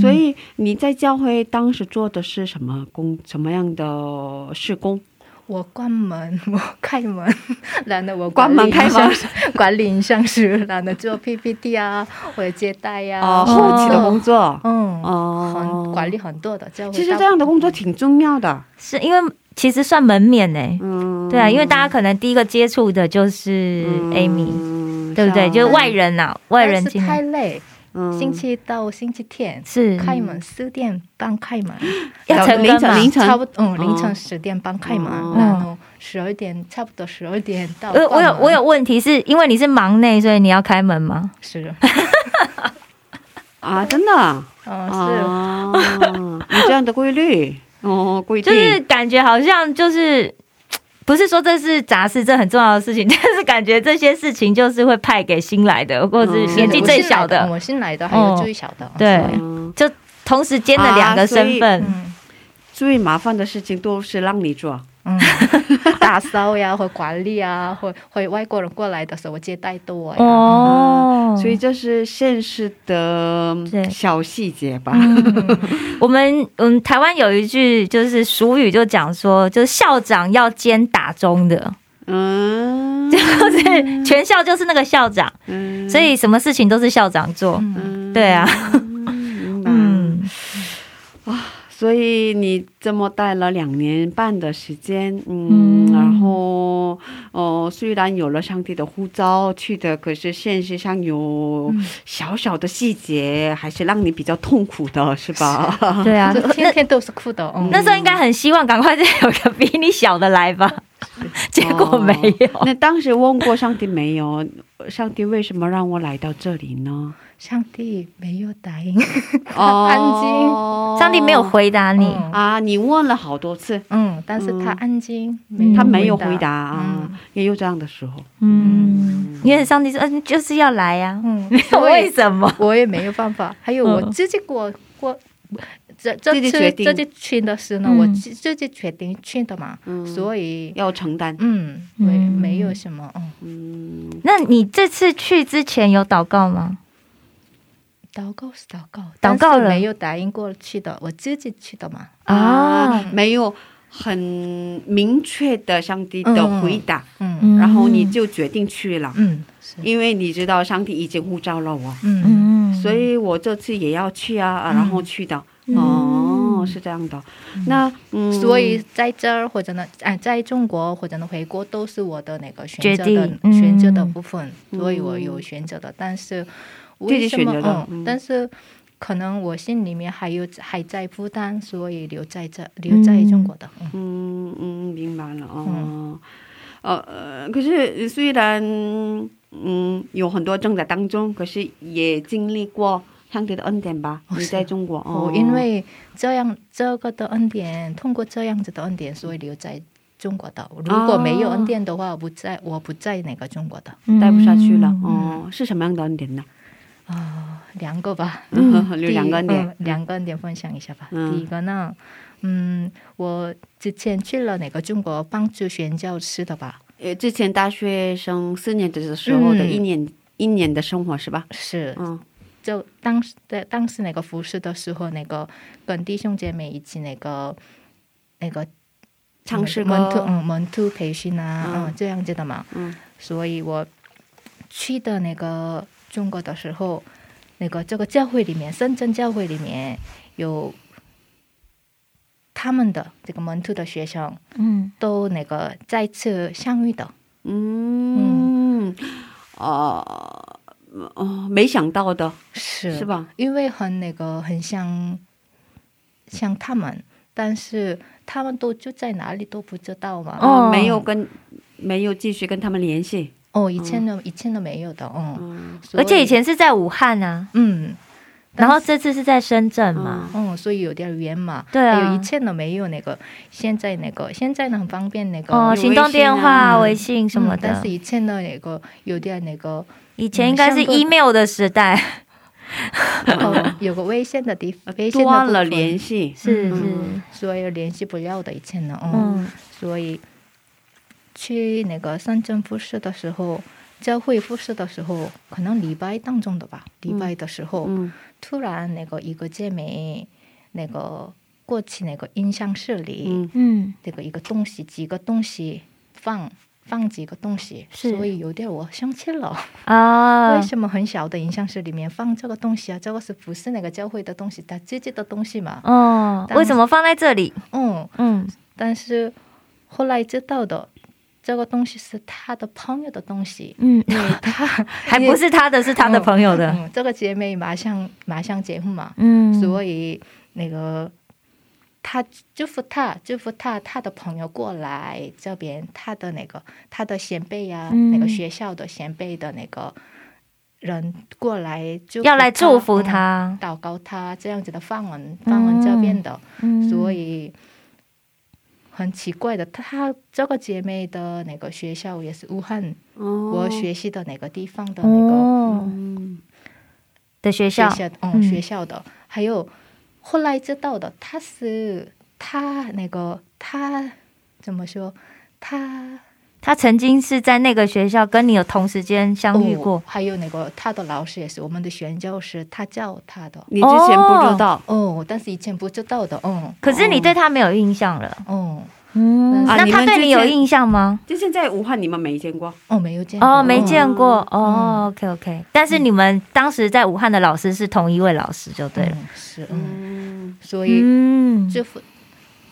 S2: 所以你在教会当时做的是什么工？什么样的事工？
S6: 我关门，我开门， <laughs> 然后我
S2: 关门
S6: 管理
S2: 开门
S6: 影像师，管理影像师，然后做 PPT 啊，或者接待啊
S3: 呃
S6: 呀、
S2: 哦，后期的工作。
S6: 嗯，
S2: 哦
S6: 很管理很多的，教会
S2: 其实这样的工作挺重要的。
S3: 是因为其实算门面呢、
S2: 嗯，
S3: 对啊，因为大家可能第一个接触的就是嗯 Amy，、
S2: 嗯
S3: 对不对？
S2: 像
S3: 就是外人呐、外人
S6: 但是
S3: 进
S6: 太
S3: 来
S6: 累，
S2: 嗯
S6: 星期到星期天。
S3: 是
S6: 开门四点半开门，
S3: 要成
S2: 凌
S3: 根嘛
S2: 晨。凌晨
S6: 差不多嗯凌
S2: 哦
S6: 晨十点半开门，
S2: 哦
S6: 然后十二点差不多十二点到
S3: 呃我
S6: 关门。
S3: 我有我有问题，是因为你是忙内，所以你要开门吗？
S6: 是
S2: 啊，真的啊，
S6: 嗯是
S2: 啊 <laughs> 有这样的规律哦，规定
S3: 就是感觉好像就是。不是说这是杂事，这很重要的事情， <laughs> 但是感觉这些事情就是会派给新来的，或者是
S2: 嗯
S3: 年纪最小的，
S6: 我新来的，还有最小的，
S3: 对，
S2: 嗯
S3: 就同时兼了
S2: 啊
S3: 两个身份，
S6: 嗯
S2: 最麻烦的事情都是让你做。
S6: 嗯，打扫呀，或管理啊，或或外国人过来的时候接待多呀，
S3: 哦，
S2: 啊所以这是现实的
S3: 对
S2: 小细节吧。
S3: 我们嗯，台湾有一句就是俗语，就讲说，就是校长要兼打钟的，
S2: 嗯，
S3: 就是全校就是那个校长，
S2: 嗯
S3: 所以什么事情都是校长做。
S2: 嗯
S3: <laughs> 对啊，
S2: 明白
S3: 嗯，
S2: 所以你这么待了两年半的时间，嗯，
S3: 嗯
S2: 然后哦，虽然有了上帝的呼召去的，可是现实上有
S3: 嗯
S2: 小小的细节，还是让你比较痛苦的，是吧？<laughs>
S3: 对啊
S6: 就，
S3: 那
S6: 天天都是哭的，嗯
S3: 那时候应该很希望赶快再有个比你小的来吧， <laughs> 结果没有。
S2: 哦那当时问过上帝没有？上帝为什么让我来到这里
S3: <laughs>
S2: 呢？
S6: 上帝没有答应，
S2: 哦
S3: 上帝没有回答你，
S6: 嗯
S2: 啊！你问了好多次，
S6: 嗯，但是他安静，
S3: 嗯
S2: 他没有回答啊，
S6: 嗯
S2: 也有这样的时候。
S3: 嗯，因为上帝说，嗯，就是要来呀、
S6: 嗯，
S3: 啊，
S6: 所
S3: <laughs> 为
S6: 以
S3: 什么？
S6: 我也没有办法。还有我自己过过。这这
S2: 自己决
S6: 次
S2: 定
S6: 这次去的时候呢，
S3: 嗯
S6: 我自自己决定去的嘛，
S2: 嗯
S6: 所以
S2: 要承担，
S6: 嗯，
S3: 嗯
S6: 没没有什么，嗯，
S2: 嗯，
S3: 那你这次去之前有祷告吗？
S6: 祷告是祷告，
S3: 祷告了
S6: 但是没有答应过去的，我自己去的嘛，
S3: 啊，
S2: 没有很明确的上帝的回答，
S6: 嗯
S2: 然后你就决定去了，
S6: 嗯是，
S2: 因为你知道上帝已经呼召了我，
S6: 嗯
S3: 嗯，
S2: 所以我这次也要去啊，啊然后去的。哦，是这样的，那嗯，
S6: 所以在这儿或者呢，哎，在中国或者呢回国都是我的那个选
S3: 决
S6: 择的
S3: 定嗯
S6: 选择的部分，
S2: 嗯
S6: 所以我有选择的，但是
S2: 自
S6: 为
S2: 己
S6: 什么
S2: 选择的嗯
S6: 嗯，但是可能我心里面还有还在负担，所以留在这留在中国的，嗯
S2: 嗯嗯，明白了哦。
S6: 嗯
S2: 呃呃，可是虽然嗯有很多挣扎当中，可是也经历过上帝的恩典吧？你在中国哦
S6: 哦，，因为这样这个的恩典，通过这样子的恩典，所以留在中国的。如果没有恩典的话，我不在我不在那个中国的
S2: 待不下去了、
S6: 嗯
S2: 哦，是什么样的恩典呢？
S6: 哦两个吧。
S2: <laughs> 有两个恩典
S6: 嗯，两个恩典分享一下吧。
S2: 嗯
S6: 第一个呢，嗯，我之前去了那个中国帮助宣教师的吧，
S2: 呃，之前大学生四年级的时候的
S6: 嗯
S2: 一年、一年的生活是吧？
S6: 是，
S2: 嗯
S6: 就当时在当时那个服侍的时候，那个跟弟兄姐妹一起那个那个
S2: 唱诗歌
S6: 门徒嗯门徒培训啊，
S2: 嗯
S6: 嗯这样子的嘛，
S2: 嗯，
S6: 所以我去的那个中国的时候，那个这个教会里面，深圳教会里面有他们的这个门徒的学生
S3: 嗯，
S6: 都那个再次相遇的，
S2: 嗯，呃哦，没想到的
S6: 是
S2: 是？吧？
S6: 因为很那个很像像他们，但是他们都住在哪里都不知道嘛。
S3: 哦
S2: 没有跟没有继续跟他们联系，
S6: 哦，以前的以前的没有的，嗯，
S2: 嗯
S6: 所
S3: 而且以前是在武汉啊，
S6: 嗯。
S3: 然后这次是在深圳嘛，
S6: 嗯，所以有点远嘛。
S3: 对啊
S6: 还有以前的没有那个，现在那个现在呢很方便那个。
S3: 哦，
S2: 微
S3: 行动电
S2: 信啊
S3: 话、微信什么
S6: 嗯但
S3: 的
S6: 是。以前的那个有点
S3: <laughs>
S6: 那个，
S3: 以前应该是
S6: 像个
S3: email 的时代，
S6: 呃，有个危险的地
S3: 呃
S6: 方，危险的
S2: 断
S6: 部
S2: 了
S6: 分
S2: 联，系，
S3: 是是，
S2: 嗯
S6: 所以联系不了的。以前呢，嗯，
S3: 嗯
S6: 所以去那个深圳复试的时候，教会复试的时候，可能礼拜当中的吧，
S3: 嗯
S6: 礼拜的时候，
S2: 嗯
S6: 突然那个一个姐妹，那个过去那个音像室里，
S2: 嗯
S3: 嗯，
S6: 这个一个东西，几个东西放放几个东西，
S3: 是
S6: 所以有点我生气了。
S3: 啊
S6: 为，什么很小的影像室里面放这个东西啊？这个是不是那个教会的东西？他自己的东西嘛？
S3: 哦，为什么放在这里？
S6: 嗯，
S3: 嗯，
S6: 但是后来知道的，这个东西是他的朋友的东西。
S3: 嗯， <laughs>
S6: 因为他
S3: 还不是他的，是他的朋友的，
S6: 嗯，这个姐妹马上马上结婚嘛，
S3: 嗯，
S6: 所以那个他祝福他，祝福他他的朋友过来这边，他的那个他的先辈呀、
S3: 嗯
S6: 那个学校的先辈的那个人过来祝福
S3: 要来祝福
S6: 嗯
S3: 他，
S6: 祷嗯告他这样子的范文，范文这边的，
S3: 嗯
S6: 所以很奇怪的，她这个姐妹的那个学校也是武汉，
S2: 哦
S6: 我学习的那个地方的那个
S3: 哦
S2: 嗯
S3: 的学
S6: 学
S3: 校，
S6: 校，
S3: 嗯
S6: 嗯，学校的，还有后来知道的，她是她那个她怎么说？她
S3: 他曾经是在那个学校跟你有同时间相遇过
S6: 哦，还有那个她的老师也是我们的选教师，她教她的
S2: 你之前不知道、
S6: 哦，但是以前不知道的，嗯
S3: 可是你对他没有印象了。
S6: 嗯，
S3: 嗯，
S2: 啊
S3: 那
S2: 你
S3: 他
S2: 们
S3: 对
S2: 之
S3: 你有
S2: 前
S3: 印象吗？
S2: 就现在武汉你们没见过，
S6: 哦，没有见过嗯
S3: 哦，没见过哦。OK OK，但是你们当时在武汉的老师是同一位老师就对了。
S6: 嗯是嗯，
S2: 嗯，
S6: 所以
S3: 嗯，
S6: 这幅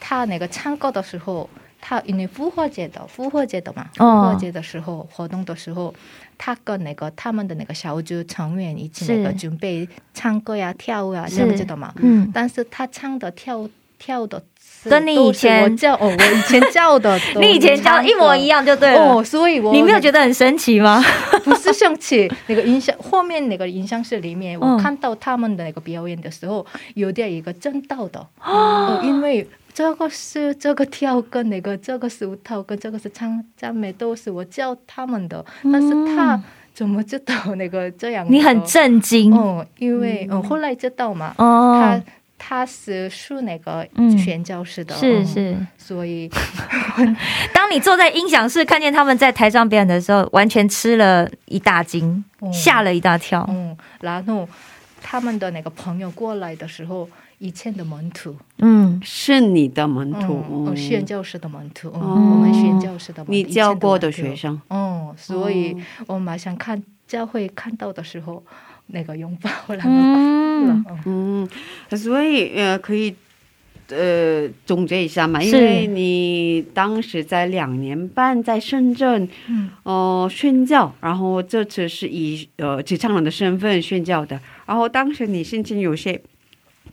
S6: 他那个唱歌的时候，他因为复活节的复活节的嘛，复
S3: 哦
S6: 活节的时候活动的时候，他跟那个他们的那个小组成员一起那个
S3: 是
S6: 准备唱歌呀、跳舞呀
S3: 是
S6: 这样子的嘛。
S3: 嗯，
S6: 但是他唱的、跳跳的是
S3: 跟你以前，
S6: <laughs> 都是我教哦，我以前教的
S3: 你以前教一模一
S6: 样
S3: 样就对了
S6: 哦，。所以我
S3: 你没有
S6: 得
S3: 觉得很神奇吗？
S6: 不是生气，那个音响后面那个音响室里面，
S3: 嗯
S6: 我看到他们的那个表演的时候，有点一个震
S3: <gasps>
S6: 到的，哦，因为这个是这个跳跟那个这个是舞蹈跟这个是唱赞美都是我教他们的，但是他怎么知道那个这样的？
S3: 嗯你很震惊
S6: 哦，因为嗯后来知道嘛，
S3: 哦
S6: 他。他是属那个
S3: 嗯
S6: 宣教师的，
S3: 是
S6: 嗯，
S3: 是，
S6: 所以
S3: 当你坐在音响室看见他们在台上表演的时候，完全吃了一大惊，
S6: 哦
S3: 吓了一大跳。
S2: 哦
S6: 嗯，然后他们的那个朋友过来的时候，以前的门徒，
S3: 嗯，
S2: 是你的门徒，嗯
S6: 嗯，嗯宣教师的门徒，嗯，
S2: 哦
S6: 我们宣教师的门徒，
S2: 你教过的
S6: 以前门
S2: 学
S6: 徒，
S2: 生，哦
S6: 嗯，所以我马上看教会看到的时候，那个拥抱了，嗯，
S3: 嗯，
S2: 嗯，所以呃，可以呃总结一下嘛，因
S3: 是
S2: 为你当时在两年半在深圳，
S6: 嗯
S2: 呃，宣教，然后这次是以呃职场人的身份宣教的，然后当时你心情有些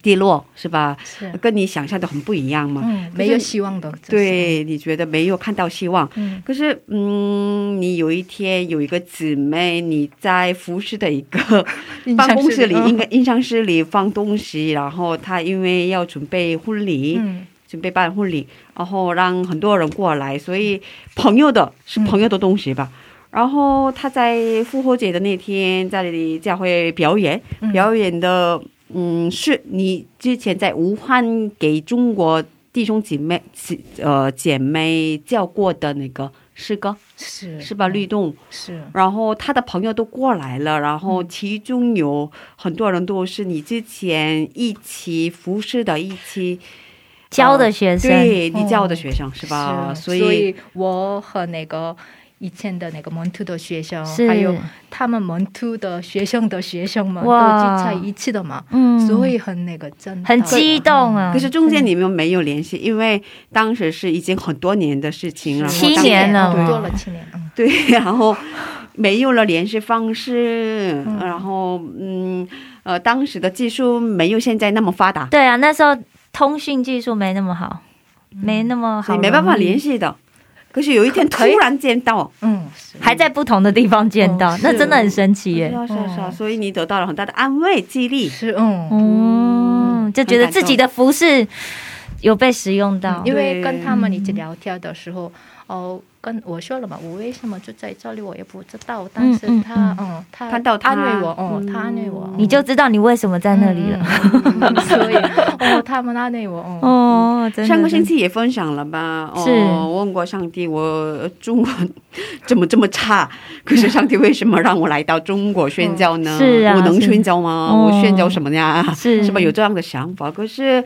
S2: 低落，是吧？
S6: 是，
S2: 跟你想象的很不一样嘛。
S6: 嗯，没有希望的，就是，
S2: 对，你觉得没有看到希望。
S6: 嗯，
S2: 可是，嗯，你有一天有一个姊妹，你在服饰的一 <laughs> 个办公室里，嗯应该音箱室里放东西，然后她因为要准备婚礼，
S6: 嗯，
S2: 准备办婚礼，然后让很多人过来，所以朋友的是朋友的东西吧。然后她在复活节的那天在教会表演，
S6: 嗯
S2: 表演的嗯是你之前在武汉给中国弟兄姐妹姐呃姐妹教过的那个诗歌
S6: 是嗯
S2: 是吧？律动，
S6: 是，
S2: 然后他的朋友都过来了，然后其中有很多人都是你之前一起服侍的，一起
S3: 教的学生，
S2: 对你教的学生、是吧？
S6: 哦是
S2: 所
S6: 所
S2: 以
S6: 我和那个以前的那个门徒的学生，
S3: 是
S6: 还有他们门徒的学生的学生们都
S3: 哇
S6: 聚在一起的嘛，
S3: 嗯
S6: 所以很那个真的
S3: 很激动啊
S2: 可。
S6: 嗯
S2: 是中间你们没有联系，因为当时是已经很多年的事情，然后
S3: 七
S2: 当
S3: 年了
S6: 嗯
S3: 嘛
S6: 多了七年，嗯，
S2: 对， <laughs> 然后没有了联系方式，
S6: 嗯
S2: 然后嗯呃，当时的技术没有现在那么发达，
S3: 对啊，那时候通讯技术没那么好，没那么
S2: 所嗯
S3: 好，
S2: 以没办法联
S3: 系，
S2: 系的。可是有一天突
S6: 嗯可以
S2: 然见到，
S6: 嗯，是
S3: 还在不同的地方见到，
S6: 哦
S3: 那真的很神奇
S2: 是
S3: 耶。
S2: 啊是啊是啊，
S6: 嗯
S2: 所以你得到了很大的安慰激励。
S6: 是嗯，
S3: 嗯，就觉得自己的服饰有被使用到。
S2: 嗯
S6: 因为跟他们一起聊天的时候，哦，跟我说了嘛，我为什么就在这里，我也不知道，但是
S3: 嗯
S6: 他嗯，他
S2: 看到他
S6: 安慰我，哦
S2: 嗯，
S6: 他安慰我，
S3: 你就知道你为什么在那里了。
S6: 了，所以哦，他们安慰我，哦，
S3: 哦，真
S2: 嗯
S3: 的
S2: 上个星期也分享了吧？哦，
S3: 是
S2: 我问过上帝，我中文怎么这么差？可是上帝为什么让我来到中国宣教呢？
S3: 是啊
S2: 我能宣教吗？
S3: 是
S2: 我宣教什么呀？
S3: 是
S2: <laughs> 是吧？有这样的想法，可是，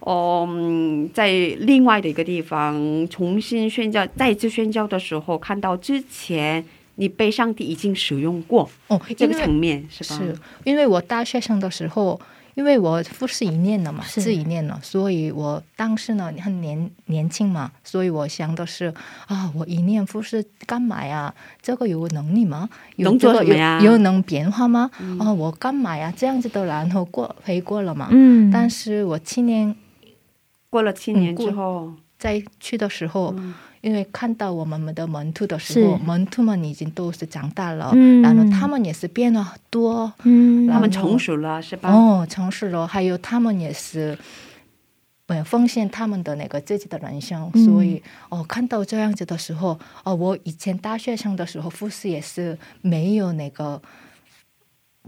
S2: 哦嗯，在另外的一个地方重新宣教，再一次宣教的时候，看到之前你被上帝已经使用过
S3: 嗯
S6: 哦，
S2: 这
S6: 因
S2: 个
S6: 为
S2: 层面，是吧？
S6: 是因为我大学生的时候，因为我复试一年了嘛，
S3: 是
S6: 是一年了，所以我当时呢很年年轻嘛，所以我想的是啊，我一年复试干嘛呀？这个有能力吗？有
S2: 能
S6: 这
S2: 做
S6: 个
S2: 什么呀嗯
S6: 有有能变化吗？啊，我干嘛呀？这样子的，然后过回国了嘛。
S3: 嗯，
S6: 但是我七年
S2: 过了七年
S6: 嗯
S2: 之
S6: 过
S2: 后，
S6: 再去的时候，
S2: 嗯
S6: 因为看到我们的门徒的时候，
S3: 是
S6: 门徒们已经都是长大了，
S3: 嗯
S6: 然后他们也是变了很多，
S3: 嗯
S2: 他
S6: 然后
S2: 们成熟了，是吧？
S6: 哦，城市了，还有他们也是呃奉献他们的那个自己的人生，
S3: 嗯
S6: 所以哦，看到这样子的时候，哦，我以前大学生的时候，复试也是没有那个，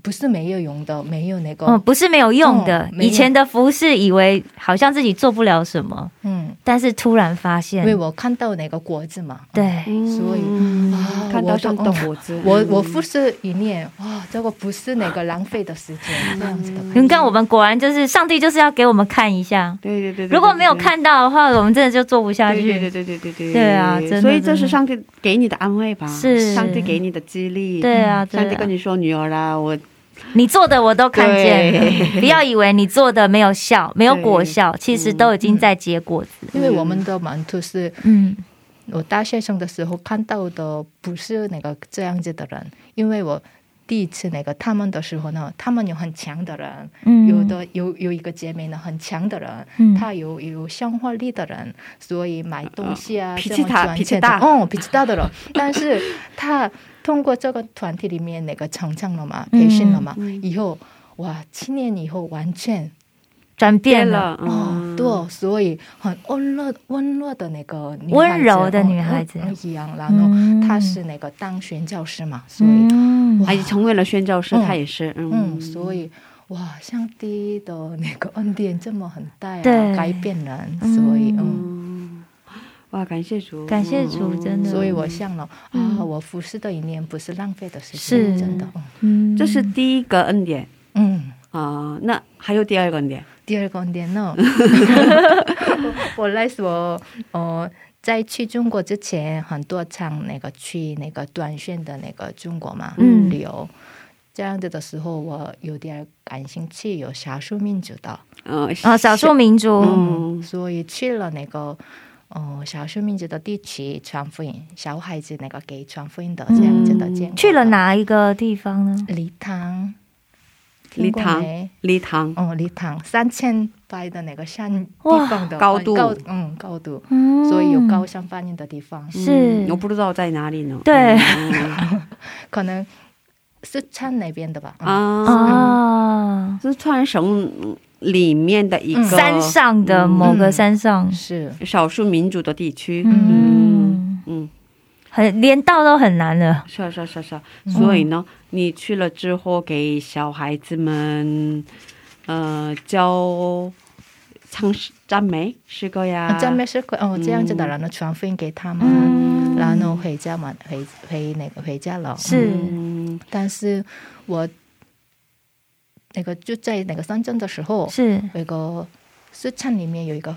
S6: 不是没有用的，没有那个，
S3: 嗯，不是没有用的
S6: 嗯。没有
S3: 以前的服饰以为好像自己做不了什么，
S6: 嗯，
S3: 但是突然发
S6: 因为
S3: 现，
S6: 我看到那个果子嘛，
S2: 嗯
S3: 对，
S6: 所以啊
S2: 看到
S6: 我
S2: 上
S6: 懂
S2: 的果子，
S6: 我我
S2: 嗯
S6: 复试一念，哇，这个不是那个浪费的时间，这样子的感觉。
S3: 你看我们果然就是上帝就是要给我们看一下，
S2: 对对对对，
S3: 如果没有
S2: 对。
S3: 看到的话，我们真的就做不下
S2: 对对对对
S3: 去。
S2: 对对对，
S3: 对啊真的
S2: 所以这
S3: 真
S2: 是
S3: 的
S2: 上帝给你的安慰吧？
S3: 是
S2: 上帝给你的激励。嗯
S3: 对啊，对
S2: 上帝
S3: 啊
S2: 跟，你说：“女儿啦，我
S3: 你做的我都看见，
S2: 对
S3: 不要以为你做的没有效，没有
S2: 对
S3: 果效，其实都已经在结果子。
S6: 因为我们的馒头是
S3: 嗯，
S6: 我大学生的时候看到的不是那个这样子的人，因为我第一次那个他们的时候呢，他们有很强的人，
S3: 嗯
S6: 有的有有一个姐妹呢很强的人，
S3: 嗯
S6: 她有有生活力的人，所以买东西啊，
S2: 呃脾
S6: 这
S2: 气
S6: 么
S2: 大
S6: 赚
S2: 脾气
S6: 钱
S2: 大
S6: 的哦，脾气大的人， <laughs> 但是她通过这个团体里面那个成长了
S2: 嗯
S6: 嘛，培训了嘛，以后哇，七年以后完全
S3: 转变
S2: 变
S3: 了，
S2: 了，
S6: 哦
S2: 嗯，，
S6: 对，所以很温热温热的那个女孩子
S3: 温柔的女孩子
S6: 哦嗯一样。然后
S3: 嗯
S6: 她是那个当宣教师嘛，所以
S3: 嗯
S6: 哇
S2: 还成为了宣教师，
S6: 嗯
S2: 他也是，嗯
S6: 嗯，，所以哇，上帝的那个恩典这么很大呀、
S3: 对
S6: 改变人，
S3: 嗯
S6: 所以嗯。
S2: 嗯，哇，感谢主，
S3: 感谢主
S2: 嗯
S3: 真的
S6: 所以我想了、
S3: 嗯
S6: 啊，我服侍的一年不是浪费的时
S3: 是
S6: 间，真的。嗯
S3: 嗯
S2: 这是第一个恩典
S6: 嗯，
S2: 啊。那还有第二个恩典，
S6: 第二个恩典
S3: <laughs>
S6: 呢，我来说，呃，在去中国之前，很多场那个去那个短宣的那个中国嘛，
S3: 嗯
S6: 旅游。这样子的时候，我有点感兴趣，有少数民族的，
S2: 呃，
S3: 啊，少数民族，
S2: 嗯
S6: 所以去了那个呃少数民族的地区传福音，小孩子那个给传福音的这样子的见、
S3: 嗯去了？哪一个地方呢？
S6: 礼堂，
S2: 礼
S6: 听过
S2: 堂
S6: 没，
S2: 礼堂，
S6: 哦，礼堂三千百的那个山地
S3: 哇
S6: 方的
S2: 高度
S6: 高嗯高度，
S3: 嗯
S6: 所以有高山反应的地方，
S3: 是
S2: 嗯我不知道在哪里呢。
S3: 对
S2: 嗯
S6: 可能四川那边的吧。嗯、
S2: 嗯啊，
S3: 啊，
S2: 四川省里面的
S6: 嗯
S2: 一个
S3: 山上的某个山上，
S6: 是，
S2: 少数民族的地区。
S3: 嗯，
S2: 嗯，
S3: 很连到都很难了，
S2: 是啊是啊是啊是啊，
S6: 嗯
S2: 所以呢，你去了之后，给小孩子们，呃，教唱诗赞美诗歌呀，
S6: 这边是可
S2: 嗯
S6: 哦这样子的，然后传福音给他们，啊
S3: 嗯
S6: 然后回家嘛，回回那个回家了。
S3: 是
S2: 嗯，
S6: 但是我那个就在那个深圳的时候，
S3: 是
S6: 那个四川里面有一个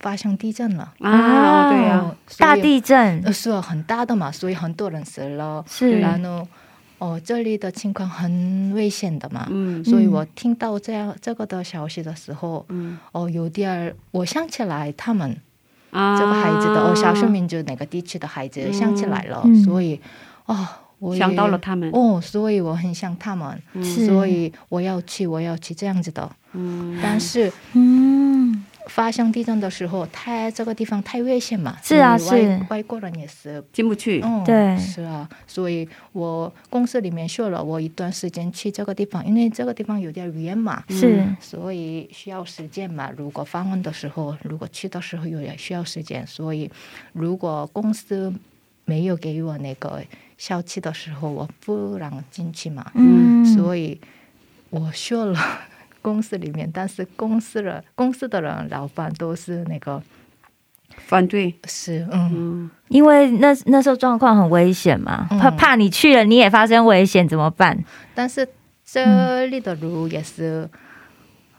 S6: 发生地震了，
S2: 啊，哦对呀，
S6: 哦所以
S3: 大地震，
S6: 呃啊是很大的嘛，所以很多人死了。
S3: 是
S6: 然后哦，这里的情况很危险的嘛，
S2: 嗯
S6: 所以我听到这样这个的消息的时候，
S2: 嗯
S6: 哦，有点儿我想起来他们
S2: 啊，
S6: 这个孩子的、哦，少数民族哪个地区的孩子想起来了，
S3: 嗯
S6: 所以哦，我也
S2: 啊想到了他们，
S6: 哦，所以我很想他们，
S3: 是
S6: 所以我要去，我要去这样子的。
S2: 嗯
S6: 但是
S3: 嗯，
S6: 发生地震的时候，太这个地方太危险嘛，
S3: 是啊
S6: 因为
S3: 是
S6: 外外国人也是
S2: 进不去，
S6: 嗯，
S3: 对
S6: 是啊，所以我公司里面说了，我一段时间去这个地方，因为这个地方有点远嘛，
S3: 是
S6: 所以需要时间嘛。如果访问的时候，如果去的时候有点需要时间，所以如果公司没有给我那个消息的时候，我不让进去嘛，
S3: 嗯，
S6: 所以我说了公司里面，但是公司人公司的人老板都是那个
S2: 反对，
S6: 是嗯
S2: 嗯，
S3: 因为那那时候状况很危险嘛，
S6: 嗯
S3: 怕怕你去了你也发生危险怎么办？
S6: 但是这里的路也是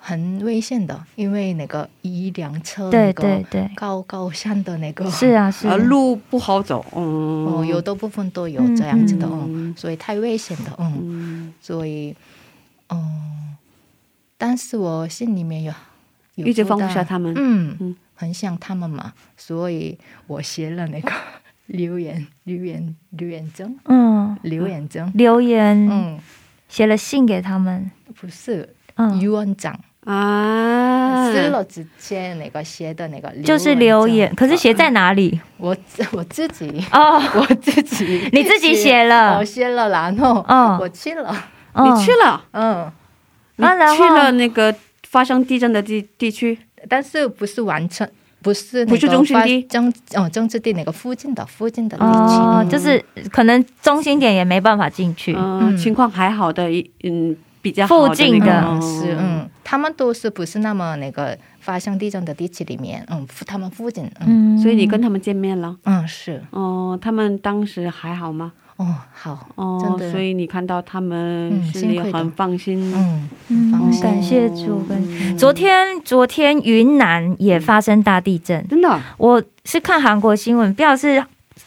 S6: 很危险的，因为那个一辆车
S3: 对对
S6: 那个
S3: 对，
S6: 高高山的那个
S3: 是啊是
S2: 呃，路不好走，嗯，
S6: 哦，有的部分都有这样子的，哦，
S2: 嗯
S6: 所以太危险的，嗯，
S2: 嗯，
S6: 所以，嗯，但是我心里面有有啊
S2: 一直放不
S6: 负
S2: 下
S6: 担
S2: 他们，
S6: 嗯
S2: 嗯
S6: 嗯，很想他们嘛，所以我写了那个 <laughs> 留言留言留言针
S3: 嗯，
S6: 留言针，
S3: 留言
S6: 嗯，
S3: 写了信给他们，
S6: 不是
S3: 嗯，
S6: 余文长。
S2: 啊，
S6: 撕了之前那个写的那个留言
S3: 就是留言，
S6: 章
S3: 可是写在哪里？
S6: 我 <laughs> 自我自己
S3: 哦，
S6: <laughs> 我自己
S3: 你自己写了
S6: 我，写哦了，然后
S3: 嗯
S6: 我去了，
S3: 嗯
S2: 你去了，
S6: 嗯，
S2: 你
S3: 啊然后
S2: 去了那个发生地震的地地区，
S6: 但是不是完成，不是那
S2: 不是
S6: 个
S2: 中心
S6: 发
S2: 地
S6: 中哦中置地那个附近的附近的地区，
S3: 哦，就是可能中心点也没办法进去，
S2: 嗯，
S6: 嗯
S2: 情况还好的，嗯，比较好
S3: 附近
S2: 那个
S3: 的
S2: 哦
S6: 是嗯，他们都是不是那么那个发生地震的地区里面，嗯，附他们附近，嗯
S3: 嗯，
S2: 所以你跟他们见面了，
S6: 嗯是
S2: 哦，他们当时还好吗？
S6: 哦好
S2: 哦
S6: 真，的
S2: 所以你看到他们
S6: 嗯
S2: 是
S6: 幸亏的
S2: 很放心，
S6: 嗯
S3: 嗯
S6: 放心
S3: 感谢主跟昨天昨天云南也发生大地震，
S2: 真的，
S3: 我是看韩国新闻，表示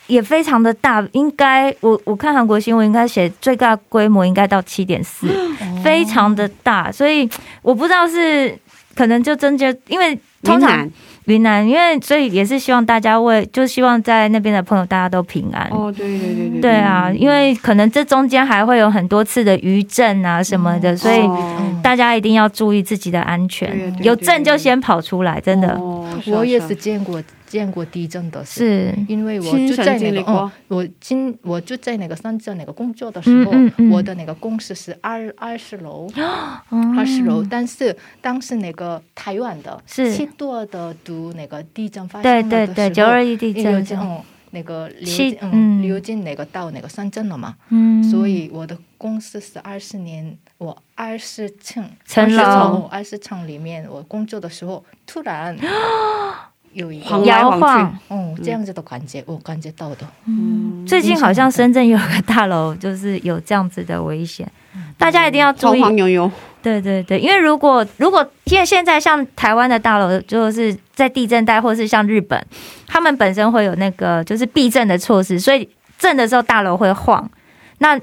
S3: 也非常的大，应该我我看韩国新闻应该写最大规模应该到七点四，
S2: 哦
S3: 非常的大，所以我不知道是可能就真就因为通
S2: 云
S3: 常
S2: 南
S3: 云南，因为所以也是希望大家为就希望在那边的朋友大家都平安。
S2: 哦，对对对对嗯
S6: 嗯
S3: 对啊，因为可能这中间还会有很多次的余震啊什么
S6: 嗯
S3: 的，所以
S2: 哦
S3: 大家一定要注意自己的安
S2: 对
S3: 全。
S2: 对
S3: 有
S2: 对
S3: 震就
S2: 对
S3: 先跑出来，真的
S2: 哦啊
S6: 我也
S2: 啊
S6: 是见过见过地震的事，
S3: 是
S6: 因为我
S2: 亲
S6: 就
S2: 身
S6: 在那
S2: 经
S6: 个
S2: 历过
S6: 哦，我今我就在那个深圳那个工作的时候，
S3: 嗯嗯嗯哦
S6: 我的那个公司是二二十
S3: <gasps>
S6: 楼，二十楼，但是当时那个台湾的
S3: 是
S6: 七多的都那个地震发生
S3: 对
S6: 了的
S3: 对对，
S6: 时
S3: 九
S6: 候
S3: 二一地
S6: 因为流
S3: 震，嗯
S6: 进哦，那个流
S3: 七
S6: 进嗯
S3: 嗯
S6: 流进那个到那个深圳了嘛，
S3: 嗯
S6: 所以我的公司是二十年，我二十层
S3: 层楼
S6: 二十层里面，我工作的时候突
S3: <gasps>
S6: 然有一
S2: 晃
S6: 个
S2: 来
S3: 摇
S2: 晃去嗯
S3: 晃。
S6: 哦这样子的感觉，我感觉到的，
S3: 最近好像深圳有个大楼，就是有这样子的危险，
S6: 嗯
S3: 大家一定要注
S2: 晃
S3: 意。
S2: 晃悠悠，
S3: 对对对，因为如果如果因为现在像台湾的大楼，就是在地震带，或是像日本，他们本身会有那个就是避震的措施，所以震的时候大楼会晃，那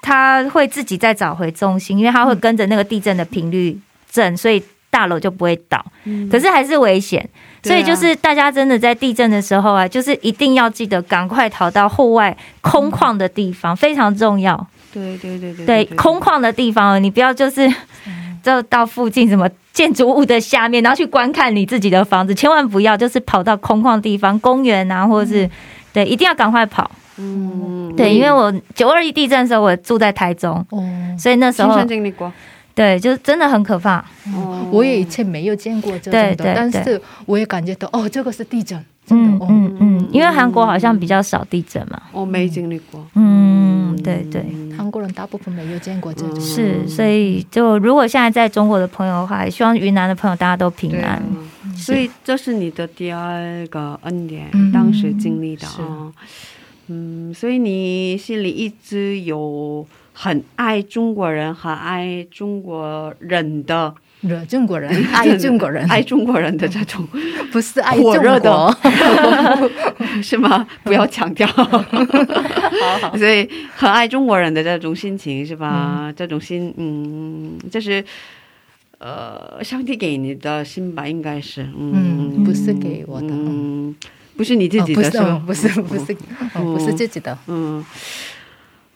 S3: 它会自己再找回重心，因为它会跟着那个地震的频率震，所以大楼就不会倒。可是还是危险，
S2: 嗯对
S3: 所
S2: 啊
S3: 以就是大家真的在地震的时候啊，就是一定要记得赶快逃到户外空旷的地方，非常重要。
S2: 对对对对
S3: 对，空旷的地方哦，你不要就是就到附近什么建筑物的下面，然后去观看你自己的房子，千万不要就是跑到空旷地方，公园啊，或者是、对，一定要赶快跑。
S2: 嗯
S3: 对，因为我九二一地震的时候，我住在台中，
S6: 哦，
S3: 所以那时
S2: 亲
S3: 候
S2: 身经历过，
S3: 对，就真的很可怕。
S2: 哦
S6: 我也以前没有见过这种
S3: 对
S6: 的，
S3: 对
S6: 但
S3: 对
S6: 是我也感觉到哦，这个是地震，真
S3: 嗯
S6: 的、哦。
S3: 嗯嗯，因为韩国好像比较少地震嘛。
S2: 我没经历过，
S3: 嗯，对对。
S6: 韩国人大部分没有见过这种，
S3: 是，所以就如果现在在中国的朋友的话，也希望云南的朋友大家都平
S2: 对啊
S3: 安。，
S2: 所以这是你的第二个恩典，
S6: 嗯
S2: 当时经历的
S6: 是
S2: 啊，嗯，所以你心里一直有很爱中国人，很爱中国人的，
S6: 惹中国人，
S2: <laughs>
S6: 爱中国人，
S2: 爱中国人的这种，
S6: 不是爱中
S2: 火
S6: 国
S2: 热的，
S6: <laughs>
S2: 是吗？不要强调，所以很爱中国人的这种心情是吧？这种心，嗯，这是呃，上帝给你的心吧，应该是，
S6: 음,
S2: 嗯，
S6: 嗯，不是给我的，嗯
S2: 嗯，不是你自己
S6: 哦不
S2: 的
S6: 是
S2: 是吧？
S6: 哦不是不是、哦不是自己的，
S2: 嗯，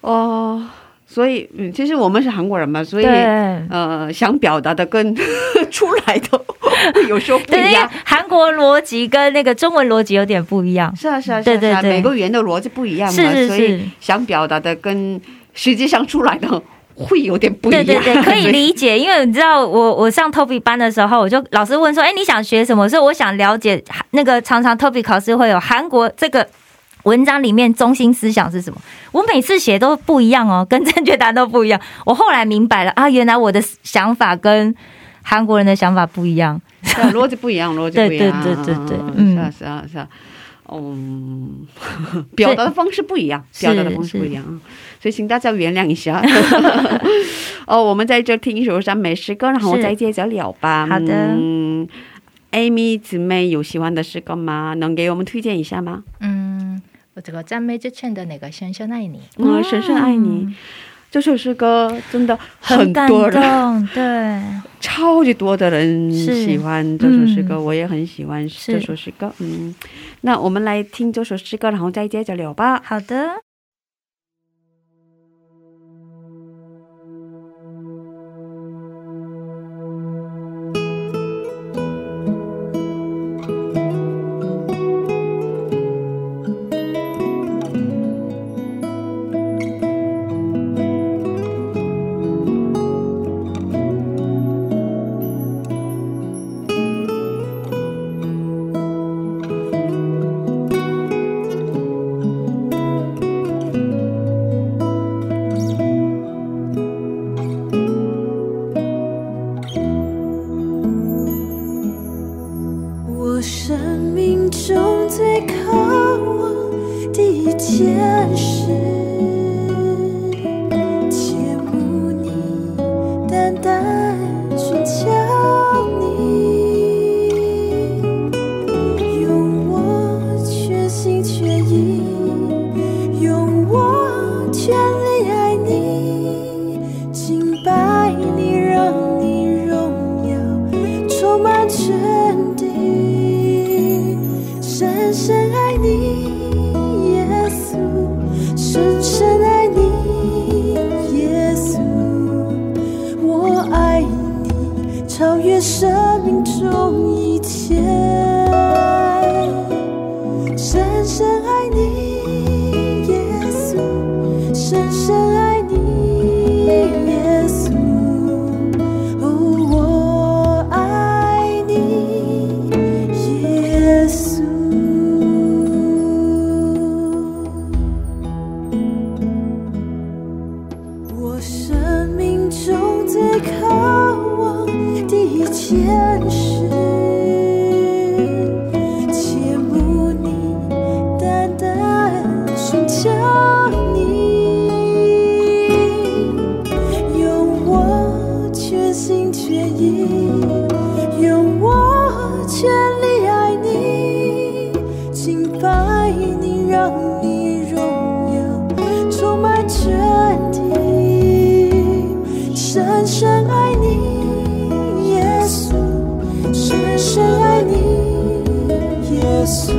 S2: 哦，所以嗯，其实我们是韩国人嘛，所以
S3: 对，
S2: 呃，想表达的跟 <laughs> 出来的 <laughs> 有时候不
S3: 对，
S2: 一
S3: 因为
S2: 样。
S3: 韩国逻辑跟那个中文逻辑有点不一样。
S2: 是啊，是啊，是啊，
S3: 嗯对对
S2: 是啊
S3: 对
S2: 每个语言的逻辑不一样嘛，
S3: 是是
S2: 所以
S3: 是
S2: 想表达的跟实际上出来的会有点不一
S3: 对
S2: 样。
S3: 对
S2: <laughs>
S3: 对，可以
S2: 所
S3: 理解，因为你知道我我上 Toby 班的时候，我就老师问说，哎，你想学什么？所以我想了解那个常常 Toby 考试会有韩国这个。文章里面中心思想是什么？我每次写都不一样哦，跟正确答案都不一样。我后来明白了啊，原来我的想法跟韩国人的想法不一样。
S2: 对啊逻辑不一样，逻辑不一样。
S3: 对对对对对
S2: 嗯，
S3: 嗯
S2: 是啊是啊是啊，嗯， <laughs> 表达的方式不一样，表达的方式不一样啊，所以请大家原谅一
S3: <laughs>
S2: 下。哦，我们在这听一首赞美诗歌，然后
S3: 是
S2: 再接着聊吧。
S3: 好的
S2: 嗯，Amy 姊妹有喜欢的诗歌吗？能给我们推荐一下吗？
S6: 嗯，我这个赞美之泉的那个深深爱你，
S2: 嗯，深深爱你。这首诗歌真的很
S3: 很感
S2: 多人，
S3: 动，对，
S2: 超级多的人
S3: 是
S2: 喜欢这首诗歌，
S3: 嗯
S2: 我也很喜欢
S3: 是
S2: 这首诗歌。嗯，那我们来听这首诗歌，然后再接着聊吧。
S3: 好的。
S7: 现实，切慕你淡淡寻求你，用我全心全意，用我全力爱你，敬拜你，让你荣耀充满全地，深深爱你，耶稣，深深爱你，耶稣，我爱你，超越生命中一切。深深爱你，耶稣，深深爱你，耶稣。哦，我爱你，耶稣。我生命中最渴望的一件事，切慕你，单单寻求你，用我全心全意，用我全力爱你，敬拜你，让你荣耀。充满真谛，深深爱你，耶稣，深深爱你，耶稣，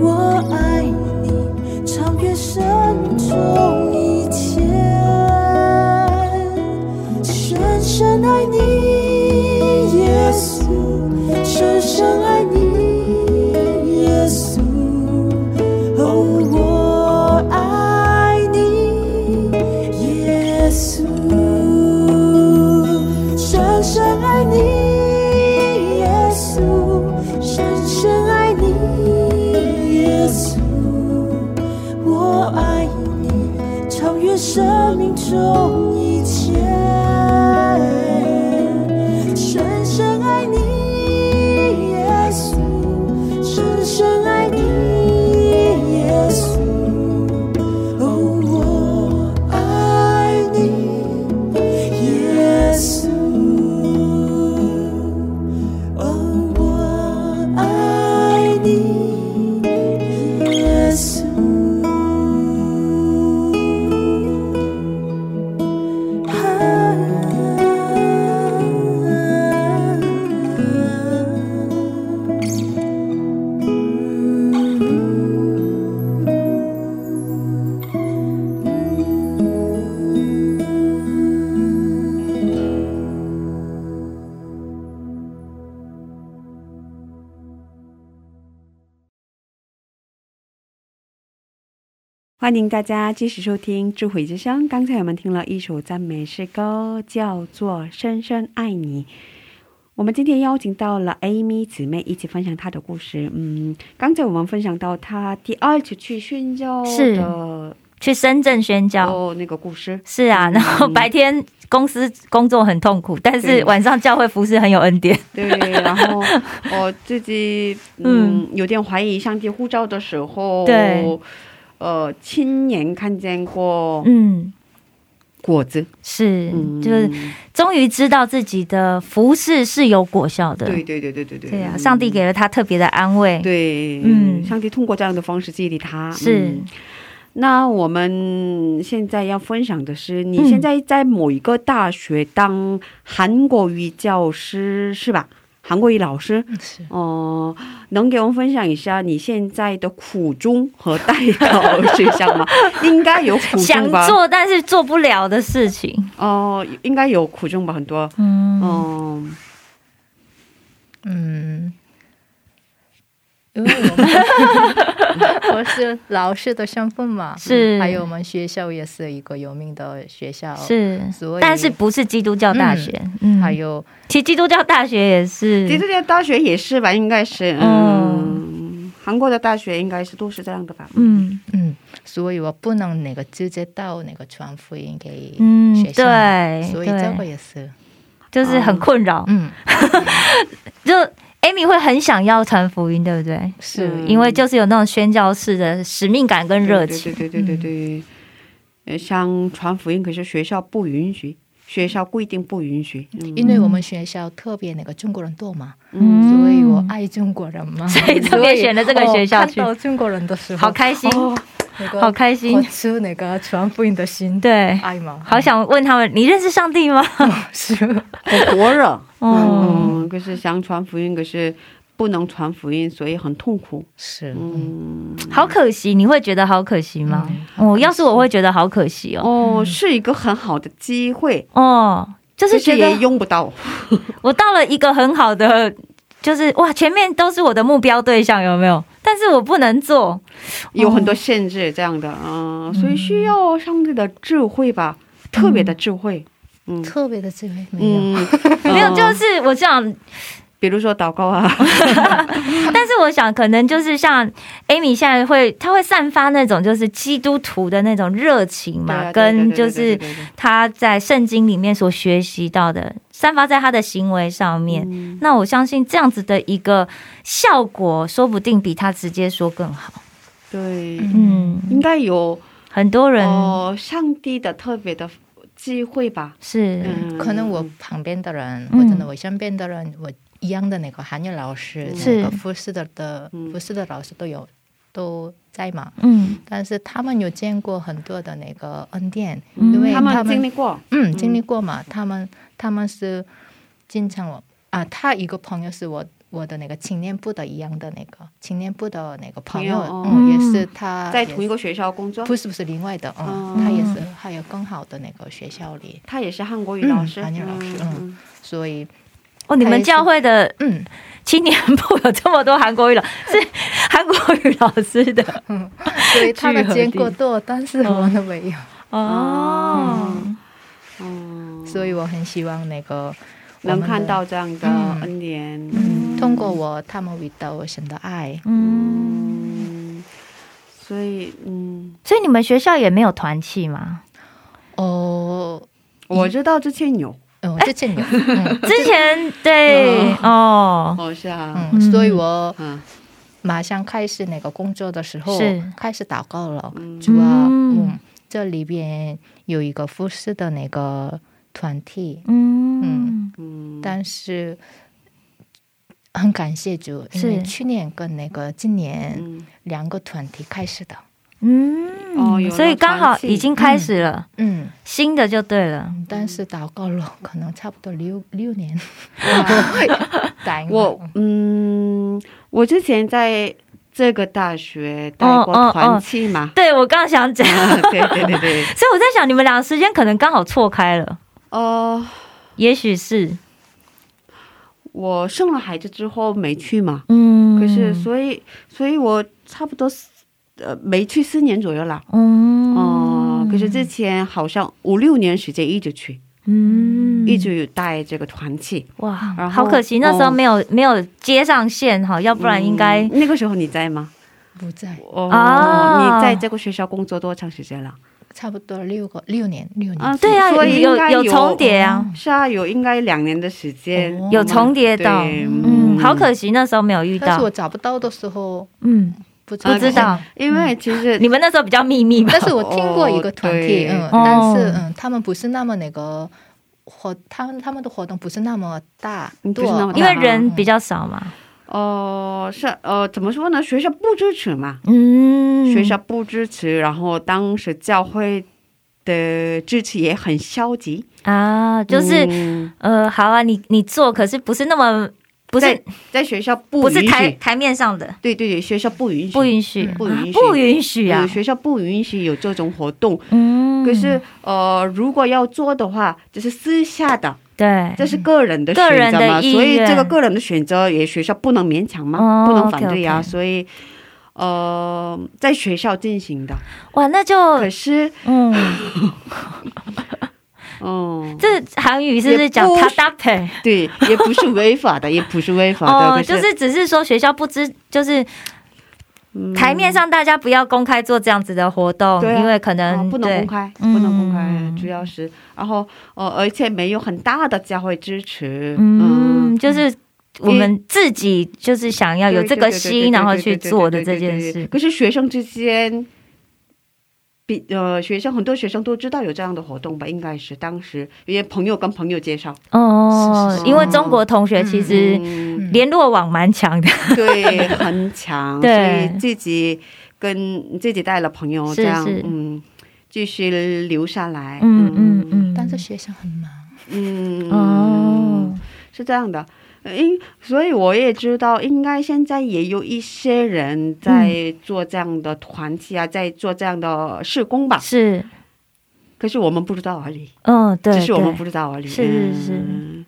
S7: 我爱你，超越生命中一切，深深爱你，耶稣，深深爱你，耶稣。哦，我爱你，耶稣，深深爱你，耶稣，深深爱你，耶稣，我爱你，超越生命中一切，深深爱你，耶稣。深深爱你，耶稣。哦，我爱你，耶稣。哦，我爱你，耶稣。啊。
S2: 欢迎大家继续收听《智慧之声》。刚才我们听了一首赞美诗歌，叫做《深深爱你》。我们今天邀请到了 Amy 姊妹一起分享她的故事。嗯，刚才我们分享到她第二次去宣教
S3: 是
S2: 的
S3: 去深圳宣教。
S2: 哦那个故事，
S3: 是啊，
S6: 嗯
S3: 然后白天公司工作很痛苦，但是
S2: 对
S3: 晚上教会服侍很有恩
S6: <laughs>
S3: 典。
S2: 对，然后我自己嗯有点怀疑上帝呼召的时候，
S3: <laughs> 对，
S2: 呃，亲眼看见过
S3: 嗯，
S2: 果子，
S3: 是，
S2: 嗯，
S3: 就是终于知道自己的服侍是有果效的。
S2: 对对对对对对，
S3: 对啊，
S2: 嗯
S3: 上帝给了他特别的安慰。
S2: 对，
S3: 嗯
S2: 上帝通过这样的方式激励他。
S3: 是
S2: 嗯那我们现在要分享的是，你
S3: 嗯
S2: 现在在某一个大学当韩国语教师是吧？韩国语老师，
S3: 嗯
S6: 是
S2: 哦、能给我们分享一下你现在的苦衷和代表是项
S3: <laughs>
S2: 吗？应该有苦
S3: 想
S2: 衷吧？
S3: 做但是做不了的事情。
S2: 哦、应该有苦衷吧，很多。
S6: 嗯
S2: 哦、
S6: 嗯，因为我们 <laughs> 我是老师的身份嘛，
S3: 是
S6: 还有我们学校也是一个有名的学校，，
S3: 是
S6: 所以，
S3: 但是不是基督教大学？嗯，
S6: 还有
S3: 其实基督教大学也是，
S2: 其实这大学也是吧，应该是，嗯，韩国的大学应该是都是这样的吧？
S3: 嗯
S6: 嗯，所以我不能那个直接到那个传福音给
S3: 嗯，
S6: 学校，
S3: 对，
S6: 所以这个哦
S3: 对，
S6: 也是，
S3: 就是很困扰。
S6: 嗯，
S3: 就 Amy Amy 会很想要传福音，对不对？
S2: 是
S3: 因为就是有那种宣教式的使命感跟热
S2: 对
S3: 情。嗯
S2: 对对对对对对，呃，像传福音，可是学校不允许，学校规定不允许。嗯
S6: 因为我们学校特别那个中国人多嘛，
S3: 嗯
S6: 所以我爱中国
S3: <laughs>
S6: 人嘛，所
S3: 以特别选了这个学校去
S6: 我看到中国人的时候，
S3: 好开心，
S2: 哦
S6: 那个
S3: 好开心
S6: 活出那个传福音的心，
S3: 对，
S6: 爱嘛，
S3: 好想问他们，你认识上帝吗？
S2: 嗯
S6: <laughs> 是，
S2: 我活着，
S3: 哦，
S2: 嗯，可是想传福音，可是不能传福音，所以很痛苦。
S6: 是，
S2: 嗯，
S3: 好可惜，你会觉得好可惜吗？哦，要是我会觉得好可惜哦。
S2: 哦，是一个很好的机会，
S3: 哦，就是
S2: 可是
S3: 觉
S2: 也
S3: 得哦
S2: 用不到。
S3: 我到了一个很好的，就是哇，前面都是我的目标对象，有没有？但是我不能
S2: 哦
S3: 做，
S2: 有很多限制这样的，嗯、所以需要上帝的智慧吧，
S3: 嗯
S2: 特别的智慧，嗯
S6: 特别的智慧没有，
S2: 嗯，
S3: 没有，就是是我想，
S2: 比如说祷告啊，
S3: 但是我想，可能就是像 Amy 现在会，她会散发那种就是基督徒的那种热情
S2: 对
S3: 嘛，
S2: 啊
S3: 跟
S2: 对对对
S3: 就
S2: 对对
S3: 是
S2: 对对
S3: 她在圣经里面所学习到的，散发在她的行为上面。那我相信这样子的一个效果，说不定比她直接说更好。
S2: 对，
S3: 嗯，
S2: 应该有
S3: 很多人
S2: 哦，上帝的特别的机会吧，
S3: 是。
S2: 嗯，
S6: 可能我旁边的人、
S3: 嗯
S6: 或者呢我身边的人，我一样的那个韩语老师，
S3: 是
S6: 那个复试的的
S2: 嗯
S6: 复试的老师都有都在嘛，
S3: 嗯，
S6: 但是他们有见过很多的那个恩典，
S3: 嗯
S6: 因为
S2: 他
S6: 他
S2: 们经
S6: 们
S2: 历过，
S6: 嗯经历过嘛，他们他们是经常我啊，他一个朋友是我我的那个青年部的一样的那个青年部的那个朋友，
S2: 朋友哦
S6: 嗯，也是他
S2: 在
S6: 也是
S2: 同一个学校工作，
S6: 不是不是另外的，嗯，
S2: 哦
S6: 他也是还有更好的那个学校里，
S2: 他也是韩国语老师，
S6: 嗯韩语老师嗯所以
S3: 哦，你们教会的
S6: 嗯。
S3: 青年部有这么多韩国语老， <laughs> 是韩国语老师的
S6: 所以他的见过多，但是我的没有，
S3: 哦。
S2: 嗯，
S6: 所以我很希望那个我们
S2: 能
S6: 的
S2: 看到这样的
S6: 嗯
S2: 恩典，
S6: 通过我他们遇到神的爱，
S3: 嗯，
S2: 嗯，所以嗯。
S3: 所以你们学校也没有团契吗？
S6: 哦，
S2: 我知道之前有，
S6: 我之前有，嗯
S3: 之前对哦，
S2: 好像，
S6: 嗯，所以我
S2: 啊嗯，
S6: 马上开始那个工作的时候
S3: 是
S6: 开始祷告了，
S2: 嗯
S6: 主啊，
S3: 嗯
S6: 嗯，这里边有一个服饰的那个团体，
S3: 嗯
S2: 嗯，
S6: 但是。很感谢主，因为
S3: 是
S6: 去年跟那个今年
S2: 嗯，
S6: 两个团体开始的，
S3: 嗯，
S2: 哦有了
S3: 所以刚好已经开始了。
S6: 嗯，
S3: 新的就对了，
S6: 但
S2: 嗯
S6: 是祷告了， <laughs> 可能差不多六六
S2: <laughs>
S6: 年。答应
S2: 我， <laughs> 嗯，我之前在这个大学
S6: 哦
S2: 带过团契嘛， <laughs>
S3: 对我刚想讲，所
S2: 对对对对，
S3: 以我在想你们俩时间可能刚好错开了，
S2: 呃，
S3: 也许是，
S2: 我生了孩子之后没去嘛，
S3: 嗯，
S2: 可是所以，所以我差不多四呃没去四年左右啦。
S3: 嗯，
S2: 哦、可是之前好像五六年时间一直去，
S3: 嗯
S2: 一直有带这个团契，
S3: 哇
S2: 然，后
S3: 好可惜，那时候
S2: 哦
S3: 没有、没有接上线哈，要不然应该、
S2: 嗯那个时候你在吗？
S6: 不在，
S2: 哦，
S3: 啊
S2: 你在这个学校工作多长时间了？
S6: 差不多六个六年，六年。
S2: 啊，
S3: 对啊，
S2: 所以应
S3: 有
S2: 该
S3: 有重叠啊，
S2: 是啊，有应该两年的时间，
S6: 哦
S3: 有重叠到，
S2: 对
S3: 嗯，好可惜那时候没有遇
S6: 但
S3: 到
S6: 是我，找不到的时候，
S3: 嗯，
S6: 不知
S3: 不知道，
S2: 啊
S3: 嗯
S2: 因为其实
S3: 你们那时候比较秘密吧
S6: <laughs> 但，是我听过一个团体，
S2: 哦
S3: 对
S6: 嗯，但是
S3: 哦
S6: 嗯，他们不是那么那个活，他们他们的活动不是那么大，
S2: 嗯
S6: 多
S2: 不是那么大
S3: <laughs> 因为人比较少嘛，
S2: 哦、是呃，怎么说呢？学校不支持嘛，
S3: 嗯，
S2: 学校不支持，然后当时教会的支持也很消极，
S3: 啊，就是、
S2: 嗯
S3: 呃，好啊，你你做，可是不是那么不是
S2: 在在学校不
S3: 不是
S2: 允
S3: 台
S2: 许，
S3: 台面上的，
S2: 对对对，学校不允许，
S3: 不允许，
S2: 不允许
S3: 啊不允许啊
S2: 有，学校不允许有这种活动。
S3: 嗯，
S2: 可是呃，如果要做的话，这是私下的，
S3: 对，
S2: 这是个人的
S3: 嗯个
S2: 选
S3: 人
S2: 择
S3: 的
S2: 嘛，
S3: 意
S2: 所以
S3: 愿
S2: 这个个人的选择也学校不能勉强嘛，
S3: 哦
S2: 不能反对呀、
S3: OK，OK
S2: 所以呃，在学校进行的。
S3: 哇，那就
S2: 可是，
S3: 嗯。
S2: 嗯，
S3: 这韩语是不是讲
S2: 也不
S3: 他
S2: 是
S3: 搭配？
S2: <laughs> 对，也不是违法的，也不是违法的，
S3: 哦，
S2: 可
S3: 就是是只是说学校不知，就是
S2: 嗯
S3: 台面上大家不要公开做这样子的活动，
S2: 对啊
S3: 因为可能、
S2: 啊不能
S3: 对
S2: 公开，
S3: 嗯
S2: 不能公开，主要是，然后呃，而且没有很大的教会支持，
S3: 嗯，就是我们自己就是想要有这个心，然后去做的这件
S2: 对对对对对对对对
S3: 事。
S2: 可是学生之间，比呃学生很多学生都知道有这样的活动吧？应该是当时因为朋友跟朋友介绍，
S3: 哦
S6: 是是，是
S3: 因为中国同学其实
S2: 嗯，
S6: 嗯
S3: 联络网蛮强的， <laughs>
S2: 对，很强，所
S3: 对
S2: 以自己跟自己带了朋友这
S3: 是
S2: 样
S3: 是，
S2: 嗯，继续留下来，
S3: 嗯嗯嗯，
S6: 但是学生很忙，
S2: 嗯，
S3: 哦，
S2: 是这样的，呃因所以我也知道，应该现在也有一些人
S3: 嗯
S2: 在做这样的团体啊，在做这样的事工吧。
S3: 是，
S2: 可是我们不知道而已，
S3: 嗯，对，
S2: 只是我们
S3: 对
S2: 不知道而已。
S3: 是是是
S2: 嗯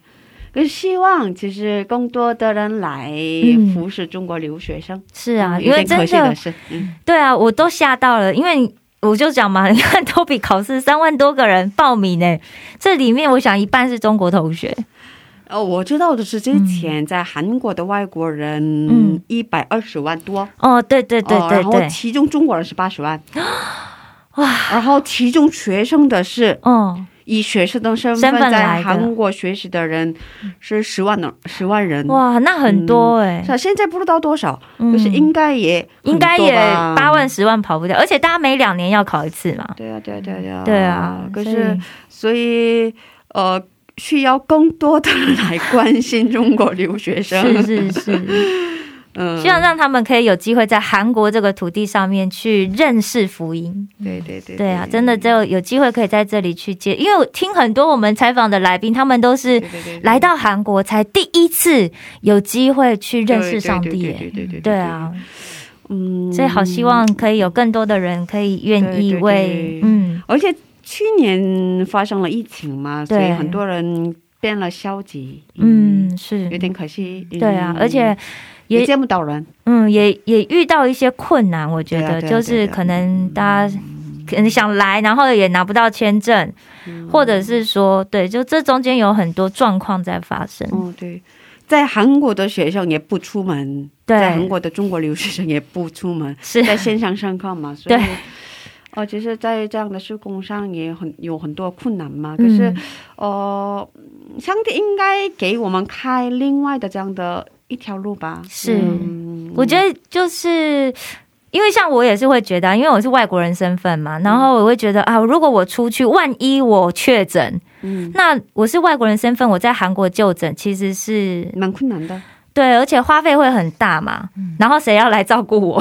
S2: 可是希望其实更多的人来
S3: 嗯
S2: 服侍中国留学生，
S3: 是啊，因
S2: 有
S3: 为
S2: 点
S3: 真
S2: 可惜的
S3: 的
S2: 是，嗯，
S3: 对啊，我都吓到了，因为我就讲嘛，你 <laughs> 看都比考试三万多个人报名呢，这里面我想一半是中国同学，
S2: 呃，我知道的是之前在韩国的外国人
S3: 嗯
S2: 一百二十万多，
S3: 哦，对对对
S2: 哦，
S3: 对
S2: 然后
S3: 对，
S2: 其中中国人是八十
S3: <gasps>
S2: 万，哇，然后其中学生的是
S3: 哦，
S2: 以学生的身
S3: 身份来
S2: 在
S3: 的嗯
S2: 韩国学习的人是十万人，十万人。
S3: 哇，那很多哎、
S2: 是啊，现在不知道多少，
S3: 嗯
S2: 可是应该也
S3: 应该
S2: 很
S3: 也
S2: 多吧
S3: 八万、。十万跑不掉，而且大家每两年要考一次嘛。
S2: 对啊，对啊，对啊，对啊。
S3: 对啊，
S2: 可
S3: 所
S2: 是
S3: 以
S2: 所以呃，需要更多的人来关心中国留学生。
S3: 是是是，
S2: 啊 <laughs> 嗯，
S3: 希望让他们可以有机会在韩国这个土地上面去认识福音。
S2: 对对对
S3: 对啊，真的只有有机会可以在这里去接，因为我听很多我们采访的来宾，他们都是
S2: 对对对对
S3: 来到韩国才第一次有机会去认识上帝
S2: 对
S3: 耶。
S2: 对对对
S3: 对，啊，
S2: 嗯，
S3: 所以好希望可以有更多的人可以愿
S2: 对对
S3: 意
S2: 对
S3: 为嗯
S2: 而且去年发生了疫情嘛，所
S3: 对
S2: 以很多人变了消极，
S3: 嗯是
S2: 有点可惜。嗯
S3: 对啊，而且也
S2: 也见不到人，
S3: 嗯，也也遇到一些困难，我觉
S2: 对啊
S3: 得
S2: 对啊
S3: 就
S2: 对
S3: 是
S2: 啊
S3: 可能大家可能想来，然后也拿不到签证，
S2: 嗯
S3: 或者是说，对，就这中间有很多状况在发生。
S2: 哦对。在韩国的学生也不出门，在韩
S3: 对，
S2: 国的中国留学生也不出门，
S3: 是
S2: 在线上上课嘛，所以
S3: 对，
S2: 哦，其实，在这样的施工上也很有很多困难嘛。可
S3: 嗯
S2: 是，哦，上帝应该给我们开另外的这样的一条路吧？
S3: 是
S2: 嗯
S3: 我觉得就是。因为像我也是会觉得啊，因为我是外国人身份
S2: 嗯
S3: 嘛，然后我会觉得啊，如果我出去，万一我确诊，
S2: 嗯，
S3: 那我是外国人身份，我在韩国就诊其实是
S2: 蛮困难的。
S3: 对，而且花费会很大嘛，
S2: 嗯
S3: 然后谁要来照顾
S2: <laughs>
S3: 我？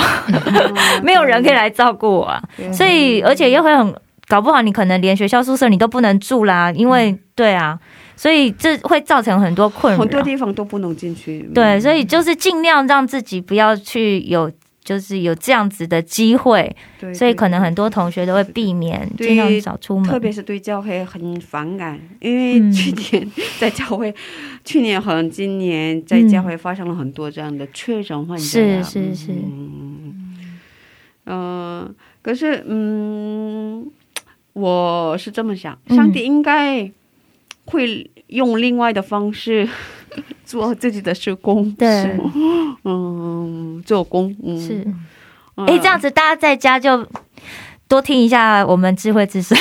S3: 没有人可以来照顾我啊，
S2: 嗯
S3: 所以而且又会很搞不好，你可能连学校宿舍你都不能住啦，因
S2: 嗯
S3: 为对啊，所以这会造成很多困
S2: 很多
S3: 扰。
S2: 地方都不能进去。嗯
S3: 对，所以就是尽量让自己不要去有。就是有这样子的机会，
S2: 对，
S3: 所以可能
S2: 对
S3: 很多同学都会避免，
S2: 对
S3: 尽量少出门。
S2: 特别是对教会很反感，因为
S3: 嗯
S2: 去年在教会，去年和今年在教会发生了很多这样的确诊患者呀、
S3: 是是是
S2: 嗯，嗯、呃可是嗯，我是这么想，
S3: 嗯
S2: 上帝应该会用另外的方式 <laughs> 做自己的施工，
S3: 对
S2: 是，嗯，做工，嗯，
S3: 是，
S2: 嗯，
S3: 哎、这样子大家在家就多听一下我们智慧之声，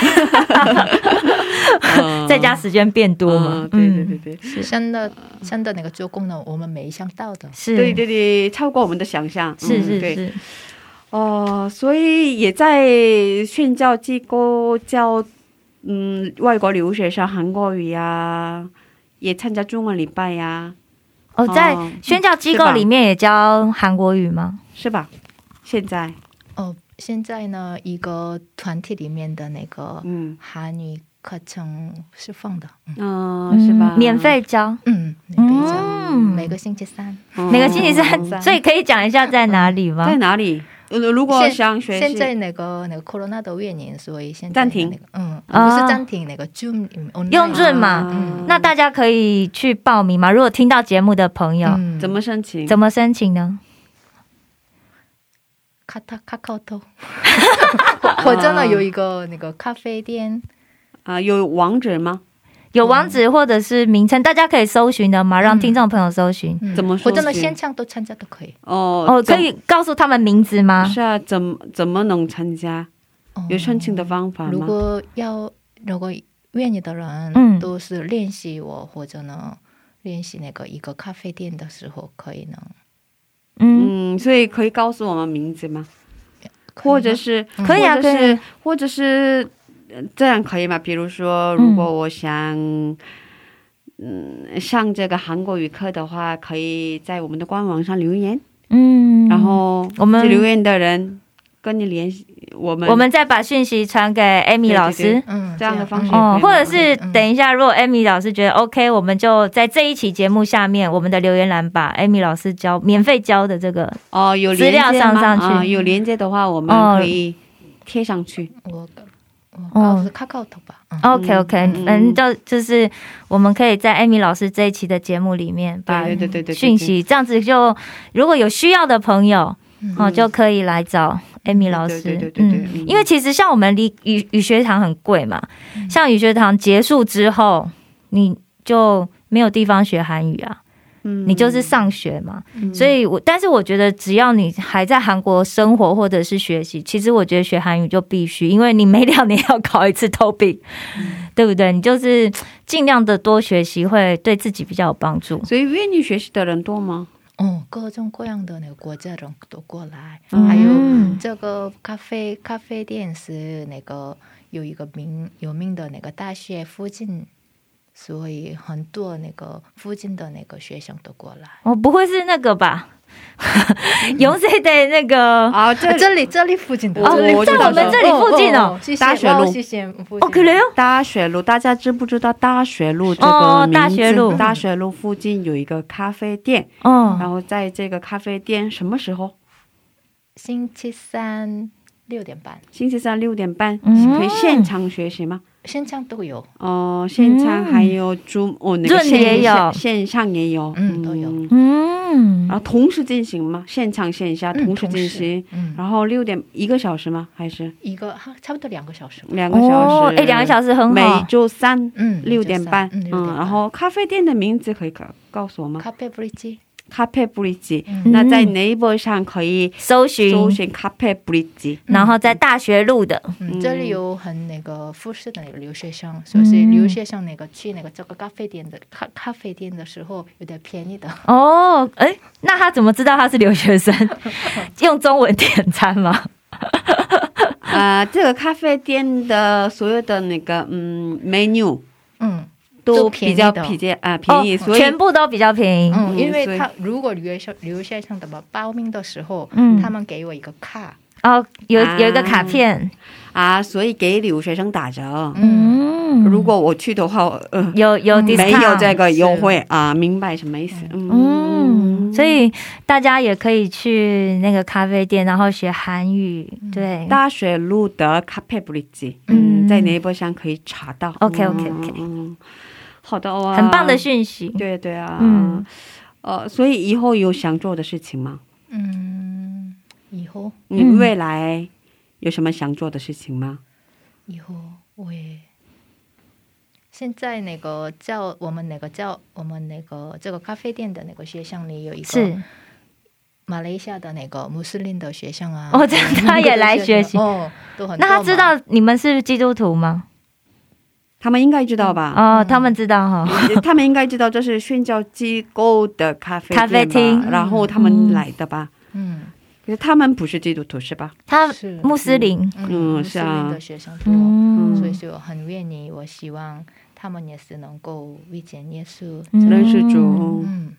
S2: 嗯
S3: <laughs> 在家时间变多嘛
S2: 嗯，。对对对对。
S6: 真的
S2: 嗯
S6: 真的那个做工呢，我们没想到的。
S3: 嗯是，
S2: 对对对，超过我们的想象。
S3: 是
S2: 嗯、
S3: 是
S2: 对
S3: 是，
S2: 哦、所以也在宣教机构教嗯外国留学生韩国语呀、也参加中文礼拜呀、
S3: 哦，在
S2: 哦
S3: 宣教机构里面也教韩国语吗？
S2: 是吧？现在，
S6: 哦，现在呢，一个团体里面的那个
S2: 嗯
S6: 韩语课程是放的，嗯
S2: 嗯、是吧？
S3: 免费教，
S6: 嗯，免费教
S3: 嗯
S6: 每个星期三。
S2: 嗯，
S3: 每个星期
S6: 嗯
S3: 三，所以可以讲一下在哪里吗
S2: 在？哪里？呃如果
S6: 现
S2: 想学
S6: 现
S2: 习
S6: 在那个那个 corona 的原因，所以现在
S2: 暂停
S6: 那个，嗯，
S3: 啊
S6: 不是暂停，那个 Zoom 嗯里面 online
S3: 用 Zoom 嘛
S2: 啊
S3: 嗯那大家可以去报名吗？如果听到节目的朋友，
S6: 嗯，
S2: 怎么申请？
S3: 怎么申请呢？
S6: 卡塔卡卡头？我我真的有一个那个咖啡店，
S2: 啊、有网址吗？
S3: 有网址或者是名称，大家可以搜寻的
S2: 嗯
S3: 吗？让听众朋友搜寻。
S6: 嗯
S2: 怎么
S6: 我
S2: 搜
S6: 真的
S2: 寻
S6: 现场都参加都可以。
S2: 哦
S3: 哦，可
S2: 怎
S3: 以告诉他们名字吗？
S2: 是啊，怎么怎么能参加？
S6: 哦
S2: 有申请的方法
S6: 如
S2: 吗？
S6: 果要如果愿意的人，
S3: 嗯
S6: 都是练习我或者呢练习那个一个咖啡店的时候可以呢？
S3: 嗯，
S2: 嗯，所以可以告诉我们名字吗？
S6: 可以吗
S2: 或者是
S6: 嗯
S3: 可以啊
S2: 或者
S3: 可以
S2: 是或者是呃这样可以吗？比如说，如果我想嗯上这个韩国语课的话，可以在我们的官网上留言，
S3: 嗯，
S2: 然后
S3: 我们
S2: 这留言的人跟你联系，我们
S3: 我们再把讯息传给 Amy
S2: 对
S3: 老
S2: 对
S3: 师
S2: 对。
S6: 嗯，
S2: 这样的方式
S3: 哦，
S2: 可以吗
S3: 或者是
S2: 嗯
S3: 等一下，如果 Amy 老师觉得 OK，我们就在这一期节目下面，我们的留言栏把 Amy 老师教免费教的这个，
S2: 哦有
S3: 资料
S2: 连接吗
S3: 上上去
S2: 啊有连接的话，我们
S3: 哦
S2: 可以贴上去。
S6: 我我告诉 k a 头吧，嗯，
S3: OK OK，
S2: 嗯
S3: 反正就就是我们可以在 Amy 老师这一期的节目里面把
S2: 对对对对对对
S3: 讯息，这样子就如果有需要的朋友
S6: 嗯
S3: 哦，就可以来找 Amy 老师。
S2: 对对对对对嗯
S3: 因为其实像我们离语语学堂很贵嘛，像语学堂结束之后，你就没有地方学韩语啊，
S2: 嗯
S3: 你就是上学嘛。
S2: 嗯
S3: 所以我，但是我觉得只要你还在韩国生活或者是学习，其实我觉得学韩语就必须，因为你每两年要考一次 TOEIC，、对不对？你就是尽量的多学习，会对自己比较有帮助。
S2: 所以愿意学习的人多吗？
S6: 哦，各种各样的那个国家人都过来，
S2: 嗯
S6: 还
S3: 嗯
S6: 有这个咖啡咖啡店是那个有一个名有名的那个大学附近，所以很多那个附近的那个学生都过来。
S3: 我哦不会是那
S2: <laughs>
S3: 个吧？永谁得那个
S2: 啊，这
S6: 这里这里附近的，
S2: 哦
S6: 这里
S2: 我知道
S6: 附近的
S2: 在我们
S3: 这里附近哦
S6: 谢谢
S2: 大学路
S6: 哦谢谢附近
S3: 哦，可能
S2: 大学路，大家知不知道大学路这
S3: 哦
S2: 个名字？
S3: 大学路
S2: 大学路附近有一个咖啡店，
S3: 哦，
S2: 然后在这个咖啡店什么时候？
S6: 星期三六点半，
S2: 星期三六点半，
S3: 嗯
S2: 可以现场学习吗？
S6: 现场都有，
S2: 哦、现场还有 Zoom，、哦，那个
S3: Zoom 也
S2: 线
S3: 有
S2: 下线上也有，
S6: 嗯都有
S3: 嗯
S2: 然后同时进行吗？现场线下
S6: 嗯
S2: 同时进行，
S6: 嗯，
S2: 然后六点一个小时吗？还是
S6: 一个哈差不多两个小时吧，
S2: 两个小
S6: 哦
S2: 时？
S3: 哎、两个小时很
S2: 每
S3: 好。
S2: 周三
S6: 嗯，
S2: 六点半，
S6: 嗯，六点半
S2: 然后咖啡店的名字可以告告诉我吗？
S6: 咖啡不机，
S2: 咖啡布里吉，
S6: 嗯
S2: 那在 Naver 上可以
S3: 搜寻，
S2: 搜寻咖啡布里吉。
S3: 然后在大学路的，
S6: 嗯，这里有很那个复试的留学生，所以是留学生那个去那个这个咖啡店的咖咖啡店的时候有点便宜的，
S3: 哦，哎，那他怎么知道他是留
S2: <laughs>
S3: 学生？用中文点餐吗？
S6: 嗯
S2: 啊、这个咖啡店的所有的那个嗯 menu
S6: 嗯
S2: 都
S6: 都
S2: 比较
S6: 便宜
S2: 比
S6: 的
S2: 较啊便宜，
S3: 哦
S2: 所以
S3: 全部都比较便宜。
S6: 嗯，因
S2: 所
S6: 为
S2: 以
S6: 他如果留学生留学生怎么报名的时候，
S3: 嗯
S6: 他们给我一个卡，
S3: 哦，有
S2: 啊
S3: 有一个卡片，
S2: 啊，所以给留学生打折。
S3: 嗯，
S6: 嗯，
S2: 如果我去的话，呃，
S3: 有有
S6: 嗯
S3: discount，
S2: 没有这个优
S6: 是
S2: 惠啊，明白什么意思？嗯，
S3: 嗯，所以大家也可以去那个咖啡店，然后学韩语。
S2: 嗯
S3: 对，
S2: 大学路的咖啡布里吉，
S3: 嗯
S2: 嗯，在 Naver 上可以查到。
S3: OK，OK，OK
S2: 嗯，好的哇，
S3: 很棒的讯息。
S2: 呃对对啊，
S3: 嗯
S2: 嗯，呃，所以以后有想做的事情吗？
S6: 嗯，以后
S2: 你
S3: 嗯
S2: 未来有什么想做的事情吗？
S6: 以后我也。现在那个教我们那个教我们那个这个咖啡店的那个学生里有一个
S3: 是
S6: 马来西亚的那个穆斯林的学生啊，
S3: 哦，这样他也来学习。
S6: 哦，都很多
S3: 那
S6: 嘛
S3: 他知道你们是基督徒吗？
S2: 他们应该知道吧？
S3: 哦，他们知道哈。
S2: <laughs> 他们应该知道这是宣教机构的咖啡
S3: 咖啡
S2: 店吧
S3: 厅
S2: 然后他
S3: 嗯
S2: 们来的吧？
S6: 嗯
S2: 可是他们不是基督徒是吧？
S3: 他
S6: 是
S3: 穆斯林，
S2: 嗯
S6: 穆
S2: 是
S6: 斯
S2: 啊
S6: 林的学生多，
S3: 嗯，
S6: 所以说我很愿意，我希望他们也是能够遇见耶稣。
S3: 嗯
S2: 认识主。
S6: 嗯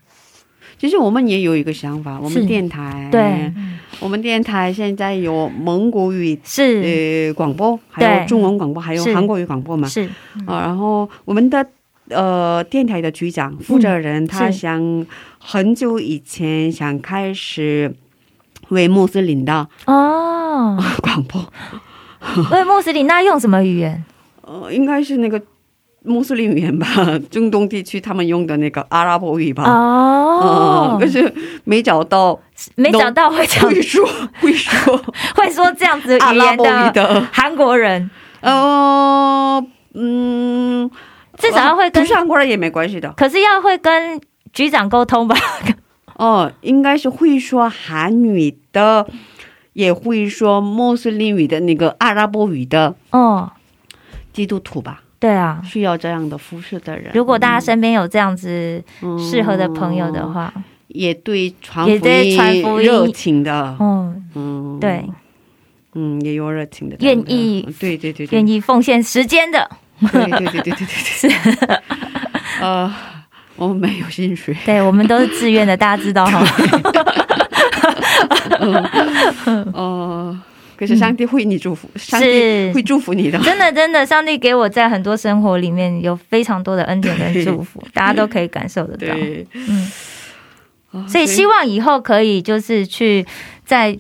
S2: 其实我们也有一个想法，我
S3: 是
S2: 们电台
S3: 对，
S2: 我们电台现在有蒙古语
S3: 是
S2: 呃广播，还
S3: 对
S2: 有中文广播，还有
S3: 是
S2: 韩国语广播嘛。
S3: 是，
S2: 啊，然后我们的呃电台的局长负责人，他
S3: 嗯是
S2: 想很久以前想开始为穆斯林的 <laughs>
S3: 哦，
S2: 广播，
S3: 为穆斯林那用什么语言？
S2: 呃，应该是那个穆斯林语言吧，中东地区他们用的那个阿拉伯语吧。
S3: 哦
S2: 呃，可，是没找到
S3: 没想到会讲
S2: 会说 <laughs> 会说
S3: <laughs> 会说这样子
S2: 阿
S3: 语
S2: 拉
S3: 言
S2: 伯语
S3: 的
S2: 的，
S3: 韩国人，
S2: 呃，嗯，
S3: 至少要会跟
S2: 不，是韩啊国人也没关系的。
S3: 可是要会跟局长沟通吧？ <laughs>
S2: 哦，应该是会说韩语的，也会说穆斯林语的那个阿拉伯语的
S3: 哦，
S2: 基督徒吧？
S3: 对啊，
S2: 需要这样的服饰的人。
S3: 如果大家身边有这样子适合的朋友的
S2: 话，
S3: 话，
S2: 也对传
S3: 也对传福音
S2: 热情的，
S3: 嗯，
S2: 嗯，
S3: 对，，
S2: 嗯，也有热情的，
S3: 愿意
S2: 嗯对对对对，
S3: 愿意奉献时间的，
S2: 对对对对对对对， <laughs> 呃，我没有薪水，
S3: <laughs> 对我们都是自愿的，大家知 <laughs> 道哈。
S2: 呃，可是上帝会你祝福，上帝会祝福你的，
S3: 真的，真的，上帝给我在很多生活里面有非常多的恩典跟祝福，大家都可以感受得到。
S2: 对，
S3: 嗯，
S2: 啊
S3: 所以希望以后可以就是去在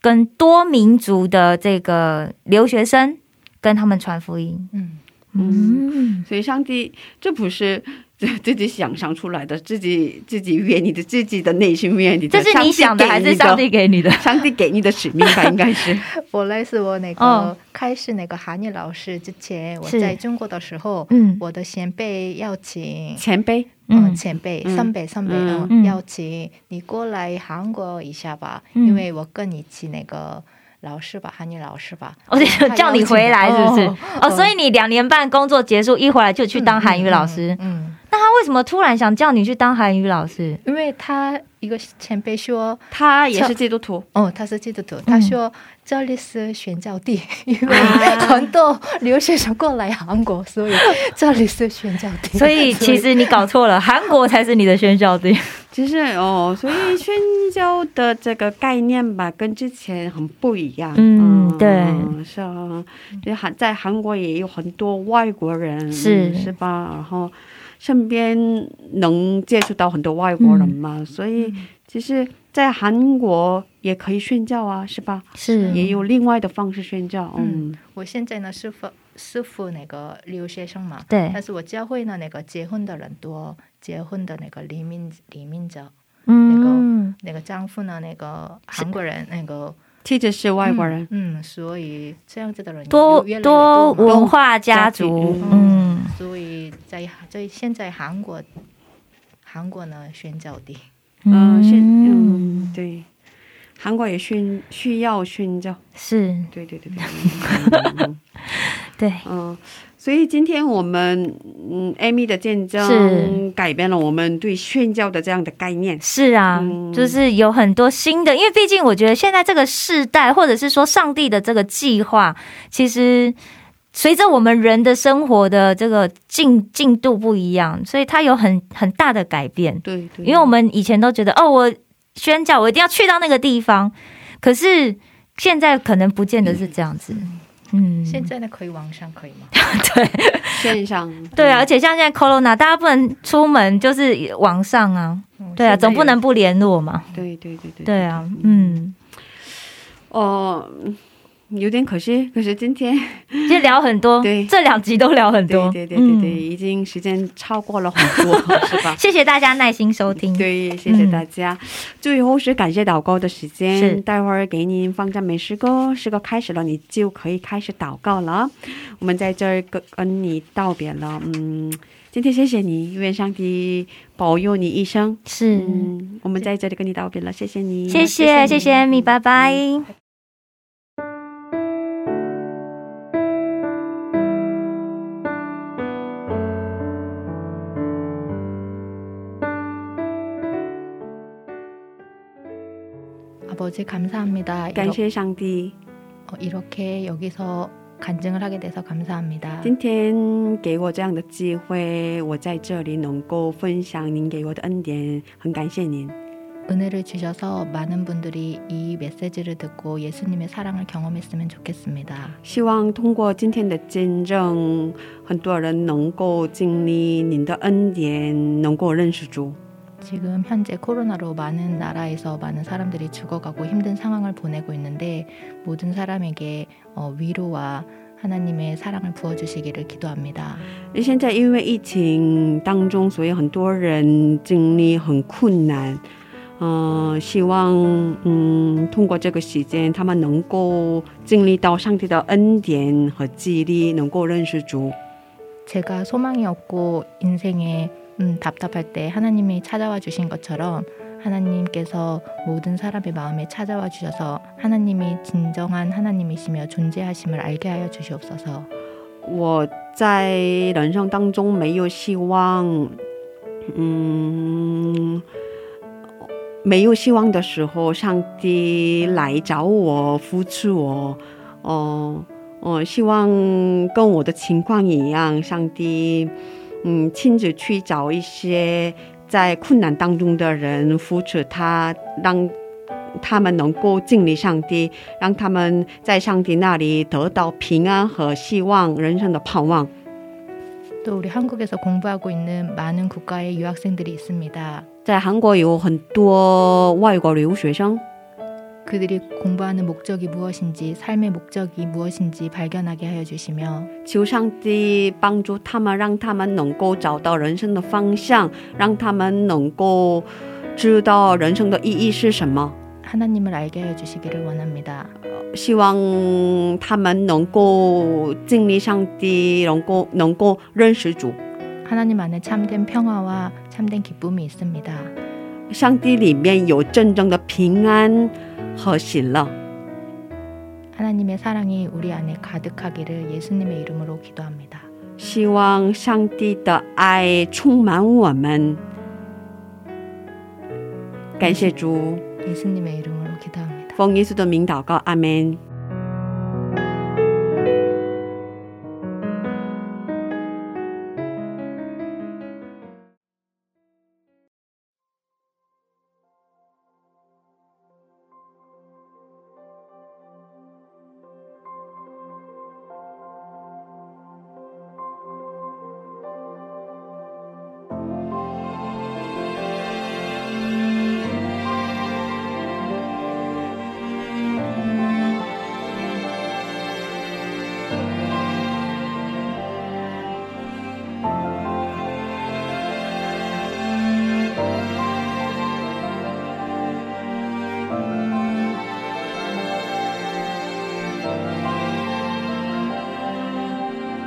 S3: 跟多民族的这个留学生跟他们传福音。
S6: 嗯，
S3: 嗯，
S2: 所以上帝这不是。自自己想象出来的，自己自己愿你的，自己的内心愿你的，
S3: 这是你想的还是上
S2: 上
S3: 帝
S2: 帝给
S3: 给你的？
S2: 你的？上帝给你的使命吧，应该
S3: <laughs>
S2: 是。
S6: 我来自我那
S3: 哦
S6: 个开始那个韩语老师之前，我
S3: 是
S6: 在中国的时候，
S3: 嗯
S6: 我的前辈邀请，
S2: 前辈，
S3: 嗯
S6: 嗯，前辈、
S2: 嗯
S6: 上辈、上辈，
S2: 嗯
S6: 嗯，
S3: 嗯
S6: 邀请你过来韩国一下吧，
S3: 嗯
S6: 因为我跟你一起那个老师吧，韩语老师吧，
S3: 我就哦叫你回来，是不是？哦
S6: 哦
S3: 所以你两年半工作结束，一回来就去当韩语老师。
S6: 嗯嗯嗯嗯
S3: 那他为什么突然想叫你去当韩语老师？
S6: 因为他一个前辈说，
S2: 他也是基督徒，
S6: 哦，他是基督徒，
S3: 嗯
S6: 他说、这里是宣教地， <laughs> 因为
S3: 啊
S6: <laughs> 很多留学生过来韩国，所以这里是宣教地。
S3: 所以其实你搞错了，韩国才是你的宣教地。
S2: 其实哦，所以宣教的这个概念吧，跟之前很不一样。
S3: 嗯对
S2: 对，是啊，就韩在韩国也有很多外国人，
S3: 是
S2: 是吧？然后身边能接触到很多外国人嘛，所以其实，在韩国也可以宣教啊，是吧？
S3: 是
S2: 也有另外的方式宣教，嗯，
S6: 我现在呢是服是服那个留学生嘛，
S3: 对
S6: 但是我教会呢那个结婚的人多，结婚的那个移民移民者，
S3: 嗯，
S6: 那个丈夫呢那个韩国人，那个
S2: 其实是外国人。
S6: 嗯，所以这样子的人
S3: 多
S6: 越来越
S3: 多
S6: 多嘛
S3: 文化家族
S2: 多，
S3: 嗯，
S6: 所以在在现在韩国韩国呢宣教地，
S2: 嗯，现
S3: 嗯
S2: 嗯，对，韩国也宣需要宣教，
S3: 是
S2: 对对对对，嗯嗯
S3: 对，
S2: 嗯，所以今天我们嗯，Amy 的见
S3: 是
S2: 证改变了我们对宣教的这样的概念，
S3: 是啊，
S2: 嗯
S3: 就是有很多新的，因为毕竟我觉得现在这个世代，或者是说上帝的这个计划，其实随着我们人的生活的这个进进度不一样，所以它有很很大的改变。
S2: 对对，
S3: 因为我们以前都觉得，哦，我宣教，我一定要去到那个地方，可是现在可能不见得是这样子。嗯，
S6: 现在呢可以网上可以吗？
S2: 线上，
S3: 对啊，而且像现在 corona，大家不能出门，就是网上啊，
S2: 哦
S6: 嗯
S3: 对啊，
S6: 现在
S3: 总不能不联络嘛。
S2: 对对对对
S3: 对啊，嗯。
S2: 哦。嗯有点可惜，可是今天
S3: 其实聊很多，
S2: 对
S3: 这两集都聊很
S2: 对
S3: 多，
S2: 对对对对，
S3: 嗯
S2: 已经时间超过了很多， <laughs> 是吧？
S3: 谢谢大家耐心收听，
S2: 对，谢谢大家。最后是感谢祷告的时
S3: 嗯是
S2: 间，待会儿给您放赞美诗歌，诗歌开始了，你就可以开始祷告了。我们在这儿跟跟你道别了，嗯，今天谢谢你，愿上帝保佑你一生。
S3: 是，
S2: 嗯，我们在这里跟你道别了，谢谢你，嗯
S3: 谢谢谢谢 Amy，拜拜。
S6: 아버지 감사합니다. 어,
S2: 感谢上帝，
S6: 이렇, 게 여기서 간증을 하게 돼서 감사합니다.
S2: 今天给我这样的机会，我在这里能够分享您给我的恩典，很感谢您。
S6: 은혜를 주셔서 많은 분들이 이 메시지를 듣고 예수님의 사랑을 경험했으면 좋겠습니다.
S2: 希望通过今天的见证，很多人能够经历您的恩典，能够认识主。
S6: 지금 현재 코로나로 많은 나라에서 많은 사람들이 죽어가고 힘든 상황을 보내고 있는데 모든 사람에게 어, 위로와 하나님의 사랑을 부어주시기를 기도합니다.
S2: 现在因为疫情当中，所以很多人经历很困难。嗯、希望嗯，通过这个时间，他们能够经历到上帝的恩典和激励，能够认识主。
S6: 제가 소망이 없고 인생에 음, 답답할 때 하나님이 찾아와 주신 것처럼 하나님께서 모든 사람의 마음에 찾아와 주셔서 하나님이 진정한 하나님이시며 존재하심을 알게 하여 주시옵소서.
S2: 我在人生当中没有希望，嗯，没有希望的时候，上帝来找我，扶持我，哦、哦，希望跟我的情况一样，上帝，嗯，亲自去找一些在困难当中的人，扶持他，让他们能够经历上帝，让他们在上帝那里得到平安和希望，人生的盼望。
S6: 또 우리 한국에서 공부하고 있는 많은 국가의 유학생들이 있습니다.
S2: 在韩国有很多外国留学生，
S6: 그들이 공부하는 목적이 무엇인지, 삶의 목적이 무엇인지 발견하게 하여 주시며
S2: 求上帝帮助他们，让他们能够找到人生的方向，让他们能够知道人生的意义是什么。
S6: 하나님을 알게 하여 주시기를 원합니다.
S2: 希望他们能够经历上帝，能够能够认识主。
S6: 하나님 안에 참된 평화와 참된 기쁨이 있습니다.
S2: 上帝里面有真正的平安和喜乐。
S6: 하나님의 사랑이 우리 안에 가득하기를 예수님의 이름으로 기도합니다.
S2: 希望上帝的爱充满我们。感谢主，
S6: 예수님의 이름으로 기도합니다.
S2: 奉耶稣的名祷告，阿门。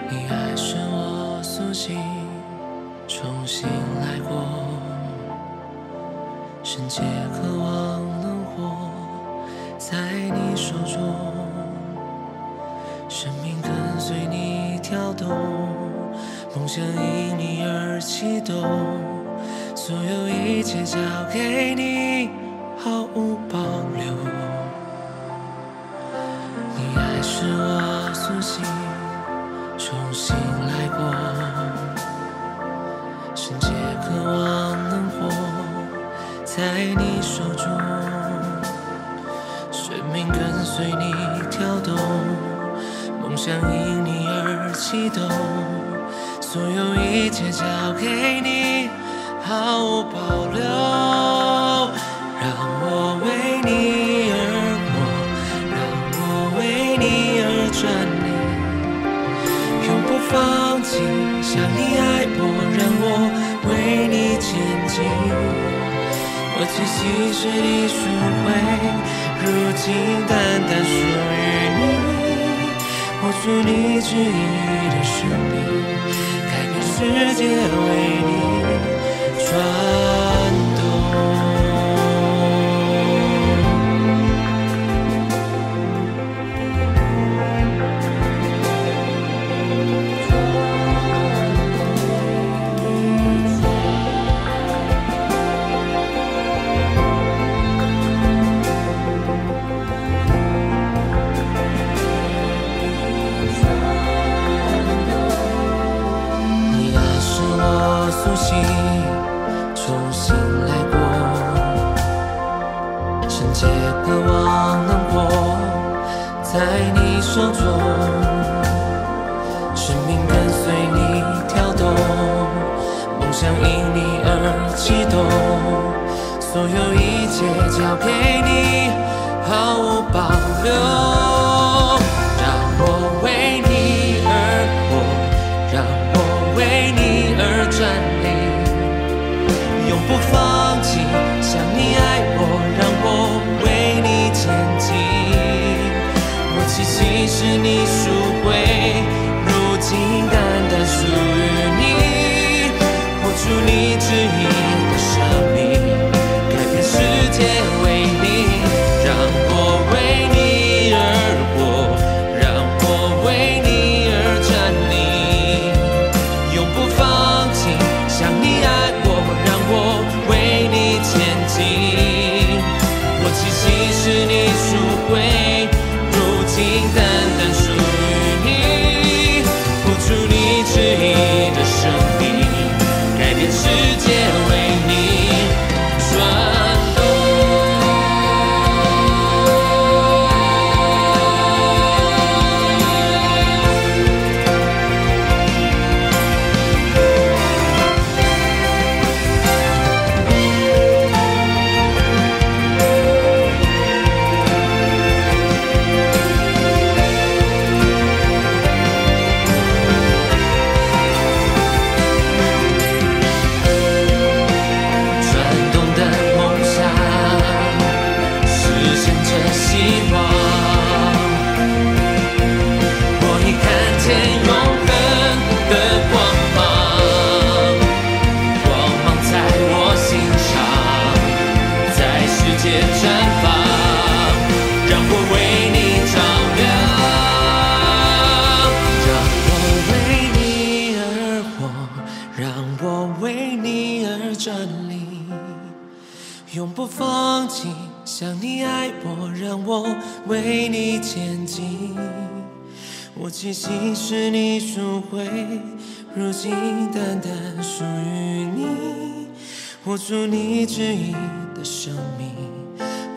S4: 你还是我苏醒，重新来过，深切渴望能活在你手中，生命跟随你跳动，梦想因你而启动，所有一切交给你，毫无保留。你还是我苏醒。重新来过，深切渴望能活在你手中，生命跟随你跳动，梦想因你而启动，所有一切交给你，毫无保留，让我为你而活，让我为你而转念。永不放弃，像你爱我，让我为你前进。我栖息是你赎回，如今单单属于你。我祝你指引你的生命，改变世界为你转动。你爱使我苏醒，重新来过，深切渴望能活在你手中，生命跟随你跳动，梦想因你而启动，所有一切交给你，毫无保留。让我为你而活。让我为你而站立，永不放弃。想你爱我，让我为你前进。我栖息是你赎回，如今单单属于你。活出你指引的生命，改变世界为你，让我为你而活，里，永不放弃。想你爱我，让我为你前进。我栖息是你赎回，如今单单属于你。活出你旨意的生命，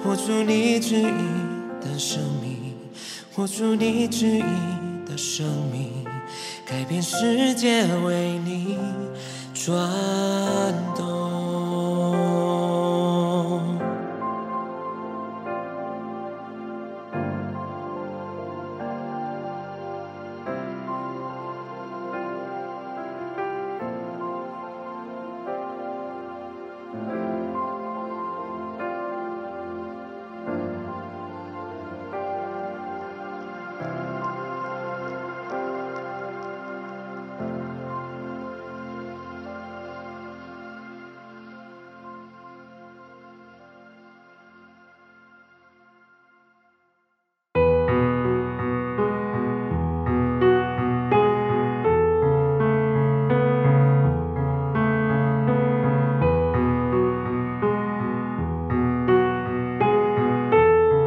S4: 活出你旨意的生命，活出你旨意的生命，改变世界为你转动。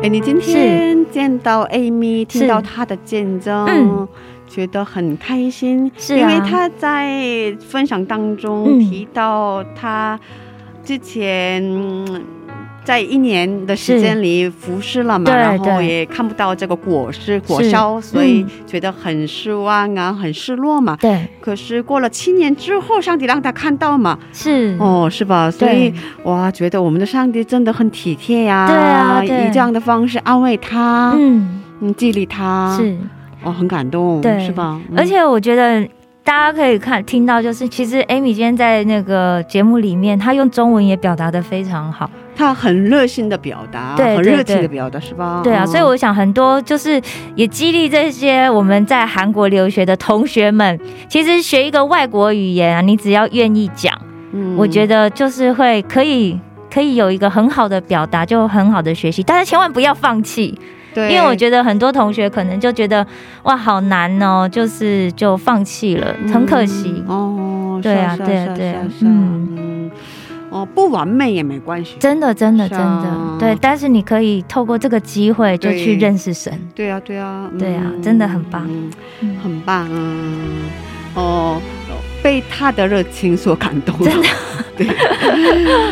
S2: 哎，你今天见到 Amy，听到她的见证，
S3: 嗯
S2: 觉得很开心，
S3: 是啊
S2: 因为她在分享当中
S3: 嗯
S2: 提到她之前。嗯在一年的时间里服侍了嘛，
S3: 对
S2: 然后
S3: 对嗯
S2: 也看不到这个果实果效，所以觉得很失望啊，很失落嘛。
S3: 对，
S2: 可是过了七年之后，上帝让他看到嘛，
S3: 是，
S2: 哦，是吧？所
S3: 嗯对
S2: 以哇，觉得我们的上帝真的很体贴呀、
S3: 对啊对
S2: 以这样的方式安慰他，
S3: 嗯，
S2: 嗯，激励他，
S3: 是，
S2: 哦，很感动，
S3: 对
S2: 是吧？嗯
S3: 而且我觉得。大家可以看听到，就是其实 Amy 今天在那个节目里面，她用中文也表达的非常好。
S2: 他很热心的表达，
S3: 对
S2: 很
S3: 对
S2: 热情
S3: 对
S2: 的表达，是吧？
S3: 对啊，
S2: 嗯
S3: 所以我想很多就是也激励这些我们在韩国留学的同学们，其实学一个外国语言啊，你只要愿意讲，
S2: 嗯
S3: 我觉得就是会可以。可以有一个很好的表达，就很好的学习，但是千万不要放弃，因
S2: 对，
S3: 为我觉得很多同学可能就觉得哇好难哦，就是就放弃了，很可惜。
S2: 嗯哦，
S3: 对啊
S2: 是
S3: 对啊
S2: 是
S3: 对啊
S2: 是是嗯，哦，不完美也没关系，
S3: 真的，真的，
S2: 是
S3: 真
S2: 啊
S3: 的，对。但是你可以透过这个机会就
S2: 对
S3: 去认
S2: <laughs>
S3: 识神，
S2: 对啊，对啊，嗯
S3: 对啊真的很棒
S2: 嗯
S3: 嗯
S2: 很棒，嗯，哦，被他的热情所感动，真的， <laughs> 对，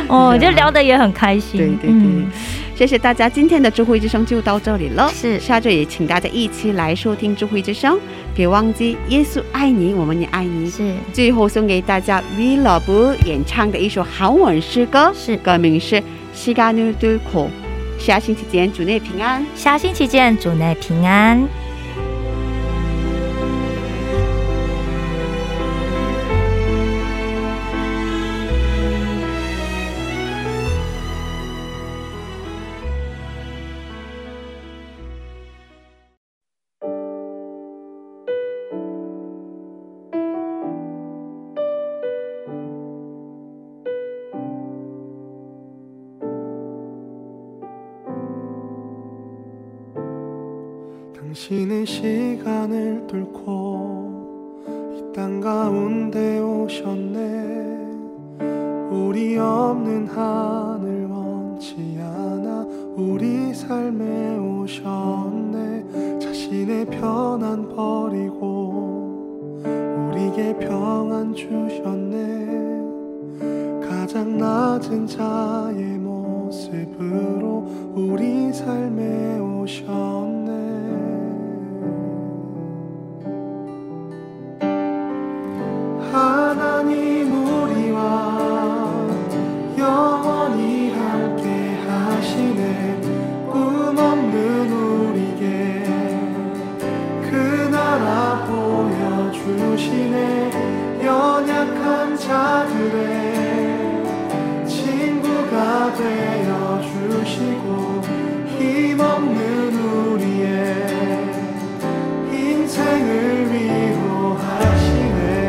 S3: 哦，就聊得也很开
S2: 啊
S3: 心。
S2: 对对对，
S3: 嗯
S2: 谢谢大家，今天的智慧之声就到这里了。
S3: 是
S2: 下周也请大家一起来收听智慧之声，别忘记耶稣爱你，我们也爱你。
S3: 是
S2: 最后送给大家 V Love 演唱的一首韩文诗歌，
S3: 是
S2: 歌名是《시간을뚫고》。下星期见，主内平安。
S3: 下星期见，主内平安。
S8: 당신은 시간을 뚫고 이 땅 가운데 오셨네 우리 없는 하늘 원치 않아 우리 삶에 오셨네 자신의 편안 버리고 우리에게 평안 주셨네 가장 낮은 자의 모습으로 우리 삶에 오셨네 하나님 우리와 영원히 함께 하시네 꿈없는 우리에게 그 나라 보여주시네 연약한 자들의 친구가 되어 주시고 힘없는 우리의 인생을 위로하시네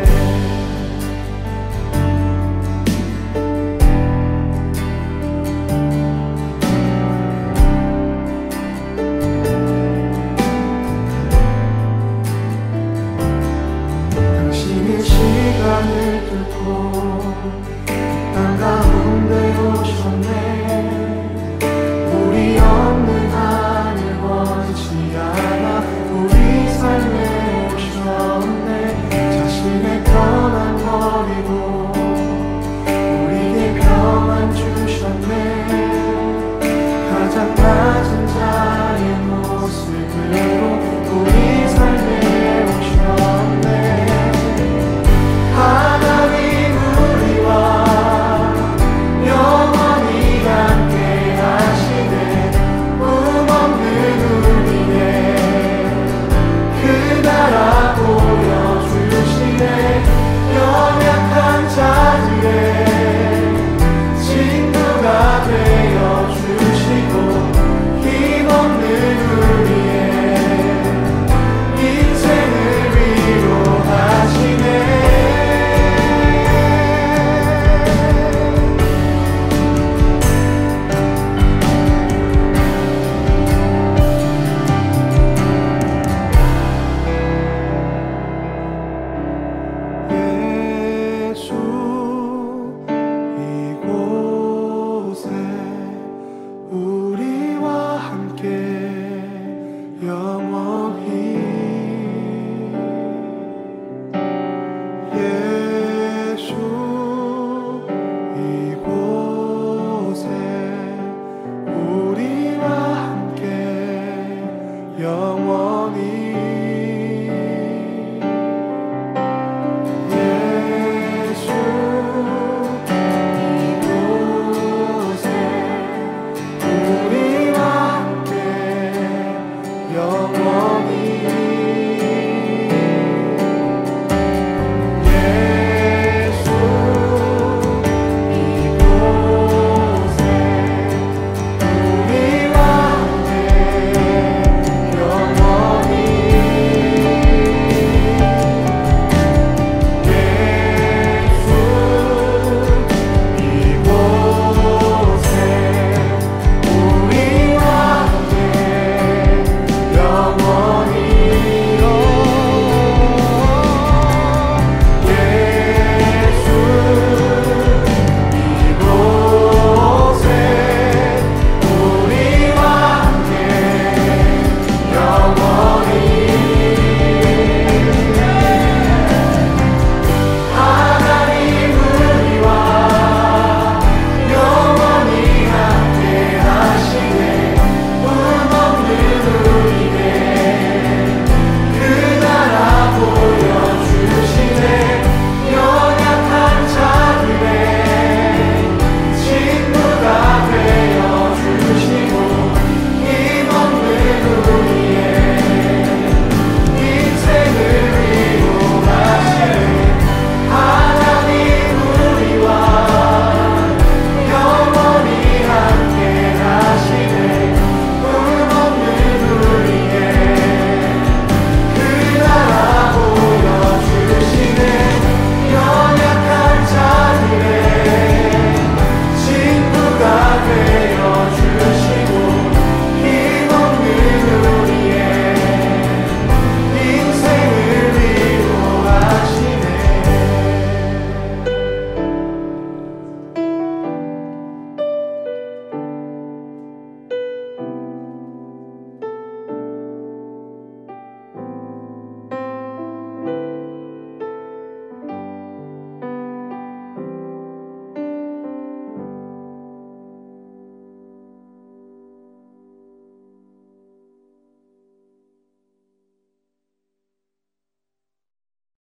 S8: 당신의 시간을 뚫고 땅 가운데
S4: 아
S8: 그리고